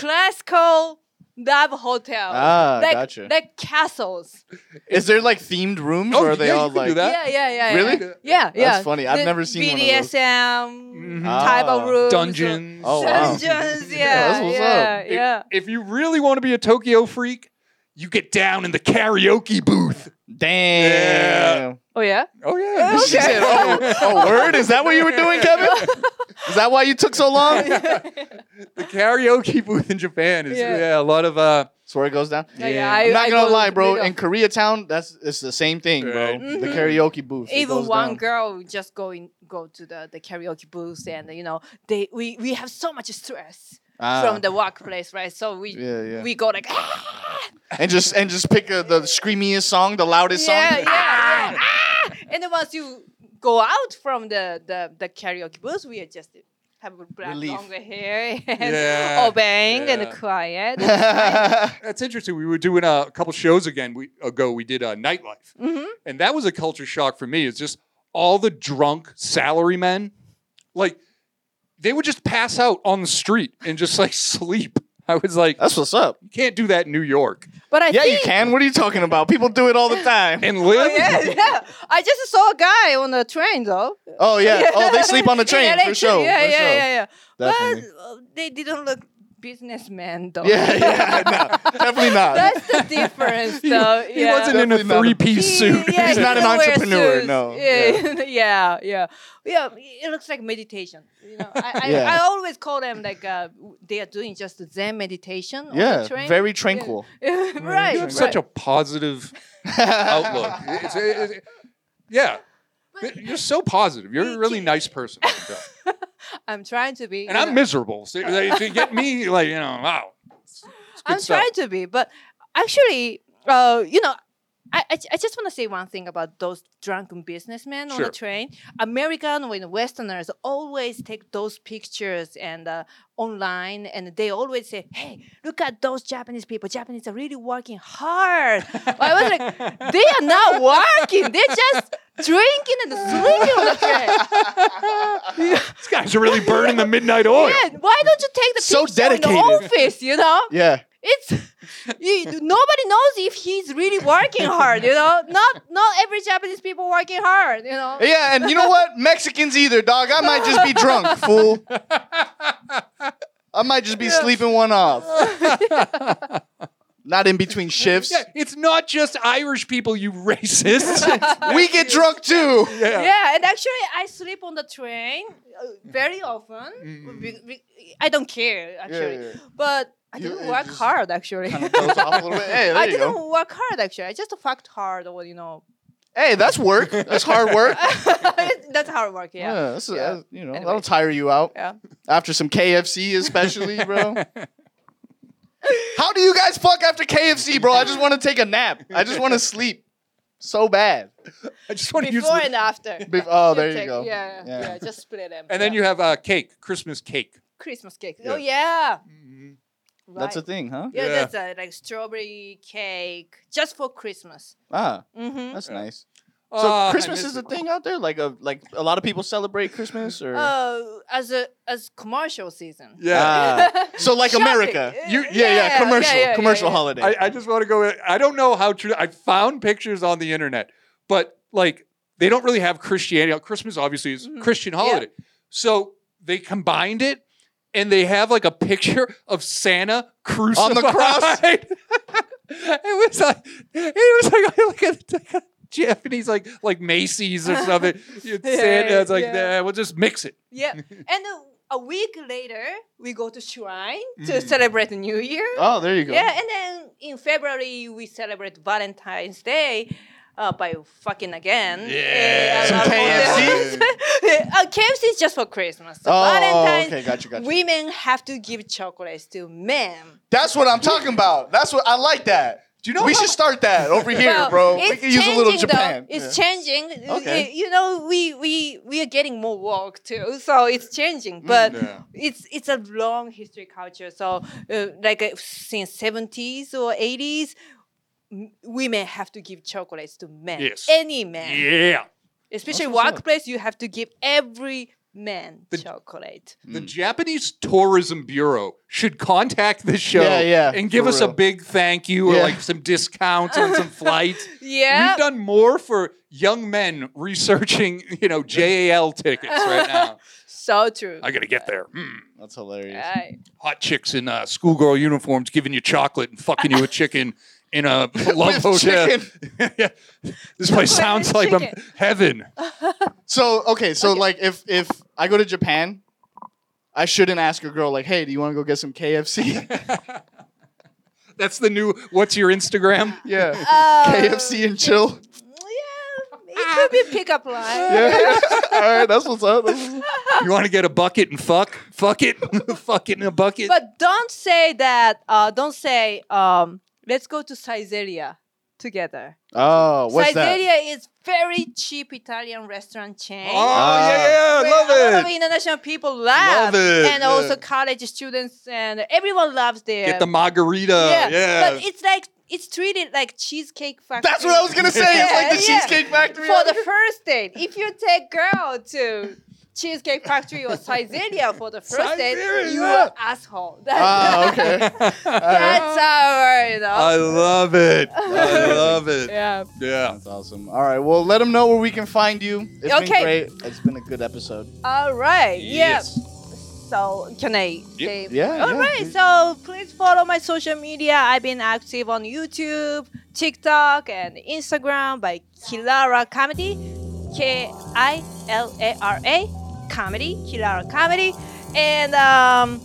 [SPEAKER 2] classical lab hotels.
[SPEAKER 1] Ah,
[SPEAKER 2] like,
[SPEAKER 1] gotcha.
[SPEAKER 2] Like castles.
[SPEAKER 1] Is there like themed rooms,
[SPEAKER 3] Oh,
[SPEAKER 1] or are they
[SPEAKER 3] yeah, you
[SPEAKER 1] all
[SPEAKER 3] can do
[SPEAKER 1] like?
[SPEAKER 3] that.
[SPEAKER 2] Yeah, yeah, yeah.
[SPEAKER 1] Really?
[SPEAKER 2] Yeah, yeah.
[SPEAKER 1] That's funny. I've
[SPEAKER 2] The
[SPEAKER 1] never seen one of those.
[SPEAKER 2] BDSM
[SPEAKER 3] Mhm.
[SPEAKER 2] type
[SPEAKER 1] Ah.
[SPEAKER 2] of rooms.
[SPEAKER 3] Dungeons.
[SPEAKER 1] Oh, wow.
[SPEAKER 2] Dungeons, yeah,
[SPEAKER 1] that's what's
[SPEAKER 2] yeah,
[SPEAKER 1] up.
[SPEAKER 3] If-
[SPEAKER 2] yeah.
[SPEAKER 3] If, you really want to be a Tokyo freak, you get down in the karaoke booth.
[SPEAKER 1] Damn.
[SPEAKER 2] Oh yeah.
[SPEAKER 3] Oh yeah.
[SPEAKER 2] Okay.
[SPEAKER 1] She said, oh, oh, word? Is that what you were doing, Kevin? Is that why you took so long? That's
[SPEAKER 3] the karaoke booth in Japan is yeah,
[SPEAKER 2] Yeah.
[SPEAKER 3] a lot of uh
[SPEAKER 1] where it goes down.
[SPEAKER 2] Yeah,
[SPEAKER 3] Yeah.
[SPEAKER 2] I,
[SPEAKER 1] I'm not
[SPEAKER 2] I
[SPEAKER 1] gonna
[SPEAKER 2] go
[SPEAKER 1] lie, bro.
[SPEAKER 2] middle.
[SPEAKER 1] In Koreatown, that's it's the same thing, bro.
[SPEAKER 3] Right.
[SPEAKER 1] The
[SPEAKER 2] Mhm.
[SPEAKER 1] karaoke booth. it
[SPEAKER 2] even
[SPEAKER 1] goes
[SPEAKER 2] one
[SPEAKER 1] down.
[SPEAKER 2] girl would just go in, go to the, the karaoke booth, and you know they we, we have so much stress
[SPEAKER 1] Ah,
[SPEAKER 2] from the workplace, right? So we
[SPEAKER 1] yeah, yeah.
[SPEAKER 2] we go like ah,
[SPEAKER 1] and just and just pick a, the screamiest song, the loudest
[SPEAKER 2] yeah,
[SPEAKER 1] song.
[SPEAKER 2] yeah, yeah, ah! and then once you go out from the the, the karaoke booth, we are just have black
[SPEAKER 1] Relief.
[SPEAKER 2] longer hair and
[SPEAKER 3] Yeah,
[SPEAKER 2] obeying
[SPEAKER 3] yeah.
[SPEAKER 2] and quiet.
[SPEAKER 3] that's interesting. We were doing uh, a couple shows again we, ago. We did uh, nightlife,
[SPEAKER 2] Mhm.
[SPEAKER 3] and that was a culture shock for me. It's just all the drunk salarymen, like they would just pass out on the street and just like sleep. I was like,
[SPEAKER 1] That's what's up.
[SPEAKER 3] you can't do that in New York
[SPEAKER 2] But I
[SPEAKER 1] yeah,
[SPEAKER 2] think
[SPEAKER 1] you can. What are you talking about? People do it all the time.
[SPEAKER 3] and live.
[SPEAKER 2] Oh, yeah, yeah. I just saw a guy on the train though.
[SPEAKER 1] Oh yeah. Oh, they sleep on the
[SPEAKER 2] In
[SPEAKER 1] train
[SPEAKER 2] LA
[SPEAKER 1] for sure.
[SPEAKER 2] Yeah,
[SPEAKER 1] for
[SPEAKER 2] yeah,
[SPEAKER 1] sure.
[SPEAKER 2] yeah, yeah.
[SPEAKER 1] Definitely.
[SPEAKER 2] Well, uh, they didn't look businessmen though.
[SPEAKER 1] Yeah, yeah. No, definitely not.
[SPEAKER 2] That's the difference
[SPEAKER 3] He-
[SPEAKER 2] though.
[SPEAKER 3] he
[SPEAKER 2] yeah.
[SPEAKER 3] wasn't in a
[SPEAKER 1] Definitely not a-
[SPEAKER 3] three piece suit.
[SPEAKER 2] He- yeah,
[SPEAKER 1] He's
[SPEAKER 2] he
[SPEAKER 1] not an
[SPEAKER 2] doesn't wear
[SPEAKER 1] entrepreneur,
[SPEAKER 2] suits.
[SPEAKER 1] no.
[SPEAKER 2] Yeah, yeah, yeah, yeah. It looks like meditation. You know, I, I,
[SPEAKER 1] Yeah.
[SPEAKER 2] I always call them like uh, they are doing just Zen meditation on the
[SPEAKER 1] yeah,
[SPEAKER 2] train.
[SPEAKER 1] very tranquil.
[SPEAKER 2] right.
[SPEAKER 3] You
[SPEAKER 2] right.
[SPEAKER 3] have such a positive outlook. It's- it's- it's- yeah. You're so positive. You're a really nice person. I can tell.
[SPEAKER 2] I'm trying to be.
[SPEAKER 3] And
[SPEAKER 2] you
[SPEAKER 3] I'm
[SPEAKER 2] know.
[SPEAKER 3] miserable. So they- to get me, like, you know, wow. It's- it's good
[SPEAKER 2] I'm
[SPEAKER 3] stuff.
[SPEAKER 2] trying to be, but actually, uh, you know, I, I, I just want to say one thing about those drunken businessmen on
[SPEAKER 3] Sure.
[SPEAKER 2] the train. American when Westerners always take those pictures and uh, online, and they always say, "Hey, look at those Japanese people. Japanese are really working hard." I was like, "They are not working. They're just drinking and sleeping on the train."
[SPEAKER 3] These guys are really burning the midnight oil.
[SPEAKER 2] Man, why don't you take the
[SPEAKER 1] So
[SPEAKER 2] picture in the
[SPEAKER 1] dedicated.
[SPEAKER 2] office? You know.
[SPEAKER 1] yeah.
[SPEAKER 2] it's you, nobody knows if he's really working hard you know not not every japanese people working hard you know
[SPEAKER 1] Yeah, and you know what? Mexicans either, dog. I might just be drunk, fool. I might just be sleeping one off. Not in between shifts.
[SPEAKER 3] Yeah, it's not just Irish people, you racists.
[SPEAKER 1] We get drunk too.
[SPEAKER 2] yeah. and actually i sleep on the train uh, very often Be- be- i don't care actually
[SPEAKER 1] Mm. yeah.
[SPEAKER 2] but i
[SPEAKER 1] You-
[SPEAKER 2] didn't
[SPEAKER 1] it
[SPEAKER 2] work
[SPEAKER 1] just
[SPEAKER 2] hard actually
[SPEAKER 1] Goes off a little bit. Hey,
[SPEAKER 2] i
[SPEAKER 1] there you
[SPEAKER 2] didn't
[SPEAKER 1] go.
[SPEAKER 2] work hard actually i just fucked hard or you know
[SPEAKER 1] Hey, that's work. That's hard work.
[SPEAKER 2] that's hard work
[SPEAKER 1] Yeah,
[SPEAKER 2] yeah
[SPEAKER 1] that's,
[SPEAKER 2] Yeah.
[SPEAKER 1] uh, you know
[SPEAKER 2] Anyway.
[SPEAKER 1] that'll tire you out
[SPEAKER 2] yeah,
[SPEAKER 1] after some KFC, especially, bro. How do you guys fuck after KFC, bro? I just want to take a nap. I just want to sleep. so bad.
[SPEAKER 3] I just want to use.
[SPEAKER 2] Before
[SPEAKER 3] The,
[SPEAKER 2] and after.
[SPEAKER 1] Bef- oh, there you
[SPEAKER 2] take-
[SPEAKER 1] go.
[SPEAKER 2] Yeah,
[SPEAKER 1] Yeah.
[SPEAKER 2] yeah, Just split them.
[SPEAKER 3] and then
[SPEAKER 2] yeah.
[SPEAKER 3] you have uh, cake, Christmas cake.
[SPEAKER 2] Christmas cake.
[SPEAKER 3] Yeah.
[SPEAKER 2] Oh yeah.
[SPEAKER 1] Mm-hmm.
[SPEAKER 3] Mhm.
[SPEAKER 2] Right.
[SPEAKER 1] That's a thing, huh?
[SPEAKER 2] yeah,
[SPEAKER 3] Yeah.
[SPEAKER 2] that's uh, like strawberry cake just for Christmas.
[SPEAKER 1] Ah,
[SPEAKER 2] Mm-hmm.
[SPEAKER 1] that's
[SPEAKER 3] Yeah.
[SPEAKER 1] nice.
[SPEAKER 2] Oh,
[SPEAKER 1] So
[SPEAKER 3] Ah, I
[SPEAKER 1] Christmas
[SPEAKER 3] miss
[SPEAKER 1] is
[SPEAKER 3] it.
[SPEAKER 1] a thing out there. Like a like a lot of people celebrate Christmas or.
[SPEAKER 2] Uh, as a as commercial season.
[SPEAKER 3] Yeah.
[SPEAKER 1] Ah. so like
[SPEAKER 2] Shopping.
[SPEAKER 1] America,
[SPEAKER 2] Uh,
[SPEAKER 1] you yeah yeah,
[SPEAKER 2] yeah,
[SPEAKER 1] commercial
[SPEAKER 2] yeah, yeah,
[SPEAKER 1] commercial
[SPEAKER 2] yeah, yeah.
[SPEAKER 1] holiday.
[SPEAKER 3] I, I just want to go. I don't know how true. I found pictures on the internet, but like they don't really have Christianity. Christmas obviously is a
[SPEAKER 1] Mm-hmm.
[SPEAKER 2] Mhm.
[SPEAKER 3] Christian holiday, so they combined it and they have like a picture of Santa crucified
[SPEAKER 1] the cross?
[SPEAKER 3] it was like it was like like a, like a Japanese like like Macy's or something. You-
[SPEAKER 2] Yeah,
[SPEAKER 3] Santa's like,
[SPEAKER 2] yeah.
[SPEAKER 3] "Nah, we'll just mix it.
[SPEAKER 2] Yeah. and uh, a week later, we go to shrine to
[SPEAKER 3] Mhm.
[SPEAKER 2] celebrate the New Year.
[SPEAKER 1] oh, Mm. there you go.
[SPEAKER 2] Yeah, and then in February we celebrate Valentine's Day uh, by fucking again.
[SPEAKER 3] Yeah.
[SPEAKER 2] Uh,
[SPEAKER 1] Some
[SPEAKER 2] a lot of-
[SPEAKER 1] KFC?
[SPEAKER 2] uh, KFC is just for Christmas. So
[SPEAKER 1] Oh,
[SPEAKER 2] Valentine's,
[SPEAKER 1] okay, gotcha, gotcha.
[SPEAKER 2] women have to give chocolates to men.
[SPEAKER 1] That's what I'm talking about. That's what I like that. Do you know we should start that over here,
[SPEAKER 2] Well,
[SPEAKER 1] bro?
[SPEAKER 2] it's
[SPEAKER 1] We can use a little
[SPEAKER 2] changing, though.
[SPEAKER 1] Japan.
[SPEAKER 2] It's
[SPEAKER 1] Yeah.
[SPEAKER 2] changing.
[SPEAKER 1] Okay.
[SPEAKER 2] Uh, You know, we we we are getting more work too, so it's changing.
[SPEAKER 1] Mm,
[SPEAKER 2] But
[SPEAKER 3] yeah.
[SPEAKER 2] it's it's a long history culture. So uh, like uh, since seventies or eighties, women have to give chocolates to men.
[SPEAKER 3] Yes.
[SPEAKER 2] Any man,
[SPEAKER 3] Yeah.
[SPEAKER 2] especially
[SPEAKER 1] That's what's up.
[SPEAKER 2] workplace, you have to give every man
[SPEAKER 3] The-
[SPEAKER 2] chocolate.
[SPEAKER 1] Mm.
[SPEAKER 3] The Japanese Tourism Bureau should contact the show
[SPEAKER 1] Yeah, yeah,
[SPEAKER 3] and give
[SPEAKER 1] for
[SPEAKER 3] us a
[SPEAKER 1] real.
[SPEAKER 3] big thank you or
[SPEAKER 1] Yeah.
[SPEAKER 3] like some discounts on some flights.
[SPEAKER 2] Yeah.
[SPEAKER 3] We've done more for young men researching, you know, JAL tickets right now.
[SPEAKER 2] so true.
[SPEAKER 3] I gotta get there. Hmm.
[SPEAKER 1] That's hilarious.
[SPEAKER 2] Right.
[SPEAKER 3] Hot chicks in uh, schoolgirl uniforms giving you chocolate and fucking you a chicken in a
[SPEAKER 2] Uh,
[SPEAKER 3] love
[SPEAKER 1] With
[SPEAKER 3] hotel.
[SPEAKER 1] chicken.
[SPEAKER 3] yeah. This place
[SPEAKER 2] with
[SPEAKER 3] sounds like um,
[SPEAKER 2] chicken.
[SPEAKER 3] heaven.
[SPEAKER 1] So okay, so
[SPEAKER 2] Okay.
[SPEAKER 1] like if if I go to Japan, I shouldn't ask a girl like, "Hey, do you want to go get some KFC?"
[SPEAKER 3] That's the new. What's your Instagram?
[SPEAKER 1] yeah,
[SPEAKER 2] Uh,
[SPEAKER 1] KFC and chill.
[SPEAKER 2] Yeah, it could be pickup line.
[SPEAKER 1] Yeah, all right, that's what's up. That's what's up.
[SPEAKER 3] You want to get a bucket and fuck? Fuck it. fuck it in a bucket.
[SPEAKER 2] But don't say that. Uh, don't say. Um, let's go to Caesarea together.
[SPEAKER 1] Oh, what's that?
[SPEAKER 2] Caesarea is very cheap Italian restaurant chain.
[SPEAKER 1] Ah.
[SPEAKER 3] Oh, yeah, yeah,
[SPEAKER 2] where a lot of international people
[SPEAKER 3] Love
[SPEAKER 2] love,
[SPEAKER 3] it,
[SPEAKER 2] and also
[SPEAKER 3] yeah.
[SPEAKER 2] college students and everyone loves there.
[SPEAKER 3] Get the margarita. Yeah.
[SPEAKER 2] But it's like it's treated like cheesecake factory.
[SPEAKER 1] That's what I was gonna say. it's like the
[SPEAKER 2] Yeah, yeah.
[SPEAKER 1] Cheesecake Factory.
[SPEAKER 2] for the first date. If you take girl to Cheesecake Factory or Caesarea for the first date,
[SPEAKER 3] Caesarea.
[SPEAKER 2] you are asshole. That's,
[SPEAKER 1] Ah, okay.
[SPEAKER 2] that's our, you know.
[SPEAKER 3] I love it. I love it.
[SPEAKER 2] yeah.
[SPEAKER 3] Yeah.
[SPEAKER 1] That's awesome. All right. Well, let them know where we can find you. It's
[SPEAKER 2] Okay.
[SPEAKER 1] been great. It's been a good episode.
[SPEAKER 2] All right.
[SPEAKER 3] Yes.
[SPEAKER 2] Yeah. So can I?
[SPEAKER 3] Yep.
[SPEAKER 2] say-
[SPEAKER 1] Yeah,
[SPEAKER 2] All
[SPEAKER 1] yeah,
[SPEAKER 2] right.
[SPEAKER 1] please.
[SPEAKER 2] So please follow my social media. I've been active on YouTube, TikTok, and Instagram by Kilara Comedy, K I L A R A Comedy, Kilara Comedy, and um,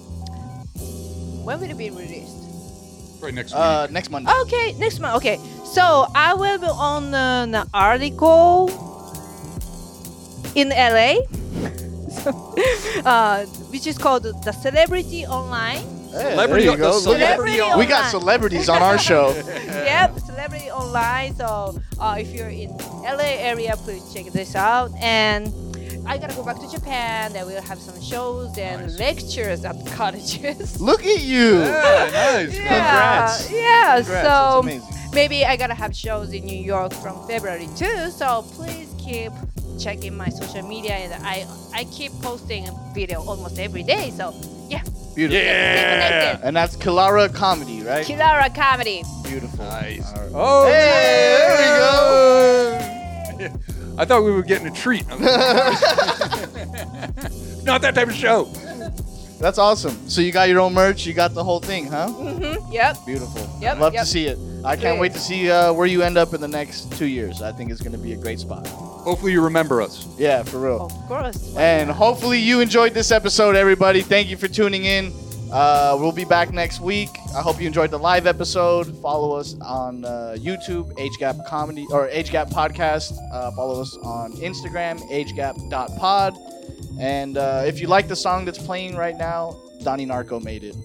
[SPEAKER 2] when will it be released?
[SPEAKER 3] Right next week.
[SPEAKER 1] Uh, next Monday.
[SPEAKER 2] Okay, next month. Okay, so I will be on an article in LA, So, uh, which is called "The Celebrity Online."
[SPEAKER 1] Hey, there
[SPEAKER 3] Celebrity-
[SPEAKER 1] you
[SPEAKER 3] the
[SPEAKER 1] go.
[SPEAKER 3] celebrity
[SPEAKER 1] Celebrity- We got
[SPEAKER 2] Oh. online.
[SPEAKER 1] celebrities on our show.
[SPEAKER 2] Yep, Celebrity Online. So uh, if you're in LA area, please check this out. And I gotta go back to Japan. Then we'll have some shows and
[SPEAKER 3] Nice.
[SPEAKER 2] lectures at colleges.
[SPEAKER 1] Look at you.
[SPEAKER 3] yeah, nice.
[SPEAKER 1] Congrats.
[SPEAKER 2] Yeah.
[SPEAKER 1] Congrats,
[SPEAKER 2] So.
[SPEAKER 1] that's amazing.
[SPEAKER 2] Maybe I gotta have shows in New York from February too, so please keep checking my social media and I I keep posting a video almost every day. So yeah,
[SPEAKER 1] Beautiful.
[SPEAKER 3] Yeah.
[SPEAKER 1] And that's Kilara Comedy, right?
[SPEAKER 2] Kilara Comedy.
[SPEAKER 1] Beautiful.
[SPEAKER 3] Nice.
[SPEAKER 1] All right.
[SPEAKER 3] Oh,
[SPEAKER 1] Hey,
[SPEAKER 3] there we go. I thought we were getting a treat. Not that type of show.
[SPEAKER 1] That's awesome. So you got your own merch. You got the whole thing, huh?
[SPEAKER 2] Mm-hmm. Yep.
[SPEAKER 1] Beautiful.
[SPEAKER 2] Yep,
[SPEAKER 1] Love
[SPEAKER 2] yep.
[SPEAKER 1] to see it. I can't
[SPEAKER 2] Please.
[SPEAKER 1] wait to see uh, where you end up in the next two years. I think it's going to be a great spot.
[SPEAKER 3] Hopefully you remember us.
[SPEAKER 1] Yeah, for real.
[SPEAKER 2] Of course.
[SPEAKER 1] And hopefully you enjoyed this episode, everybody. Thank you for tuning in. Uh, we'll be back next week. I hope you enjoyed the live episode. Follow us on uh, YouTube, Age Gap Comedy or Age Gap Podcast. Uh, follow us on Instagram, agegap.pod. And uh, if you like the song that's playing right now, Donnie Narco made it.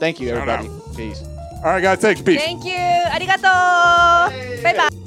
[SPEAKER 1] Thank you,
[SPEAKER 3] Shout
[SPEAKER 1] everybody. Peace.
[SPEAKER 3] All right, guys. Thanks. Peace.
[SPEAKER 2] Thank you. Arigato. Bye bye.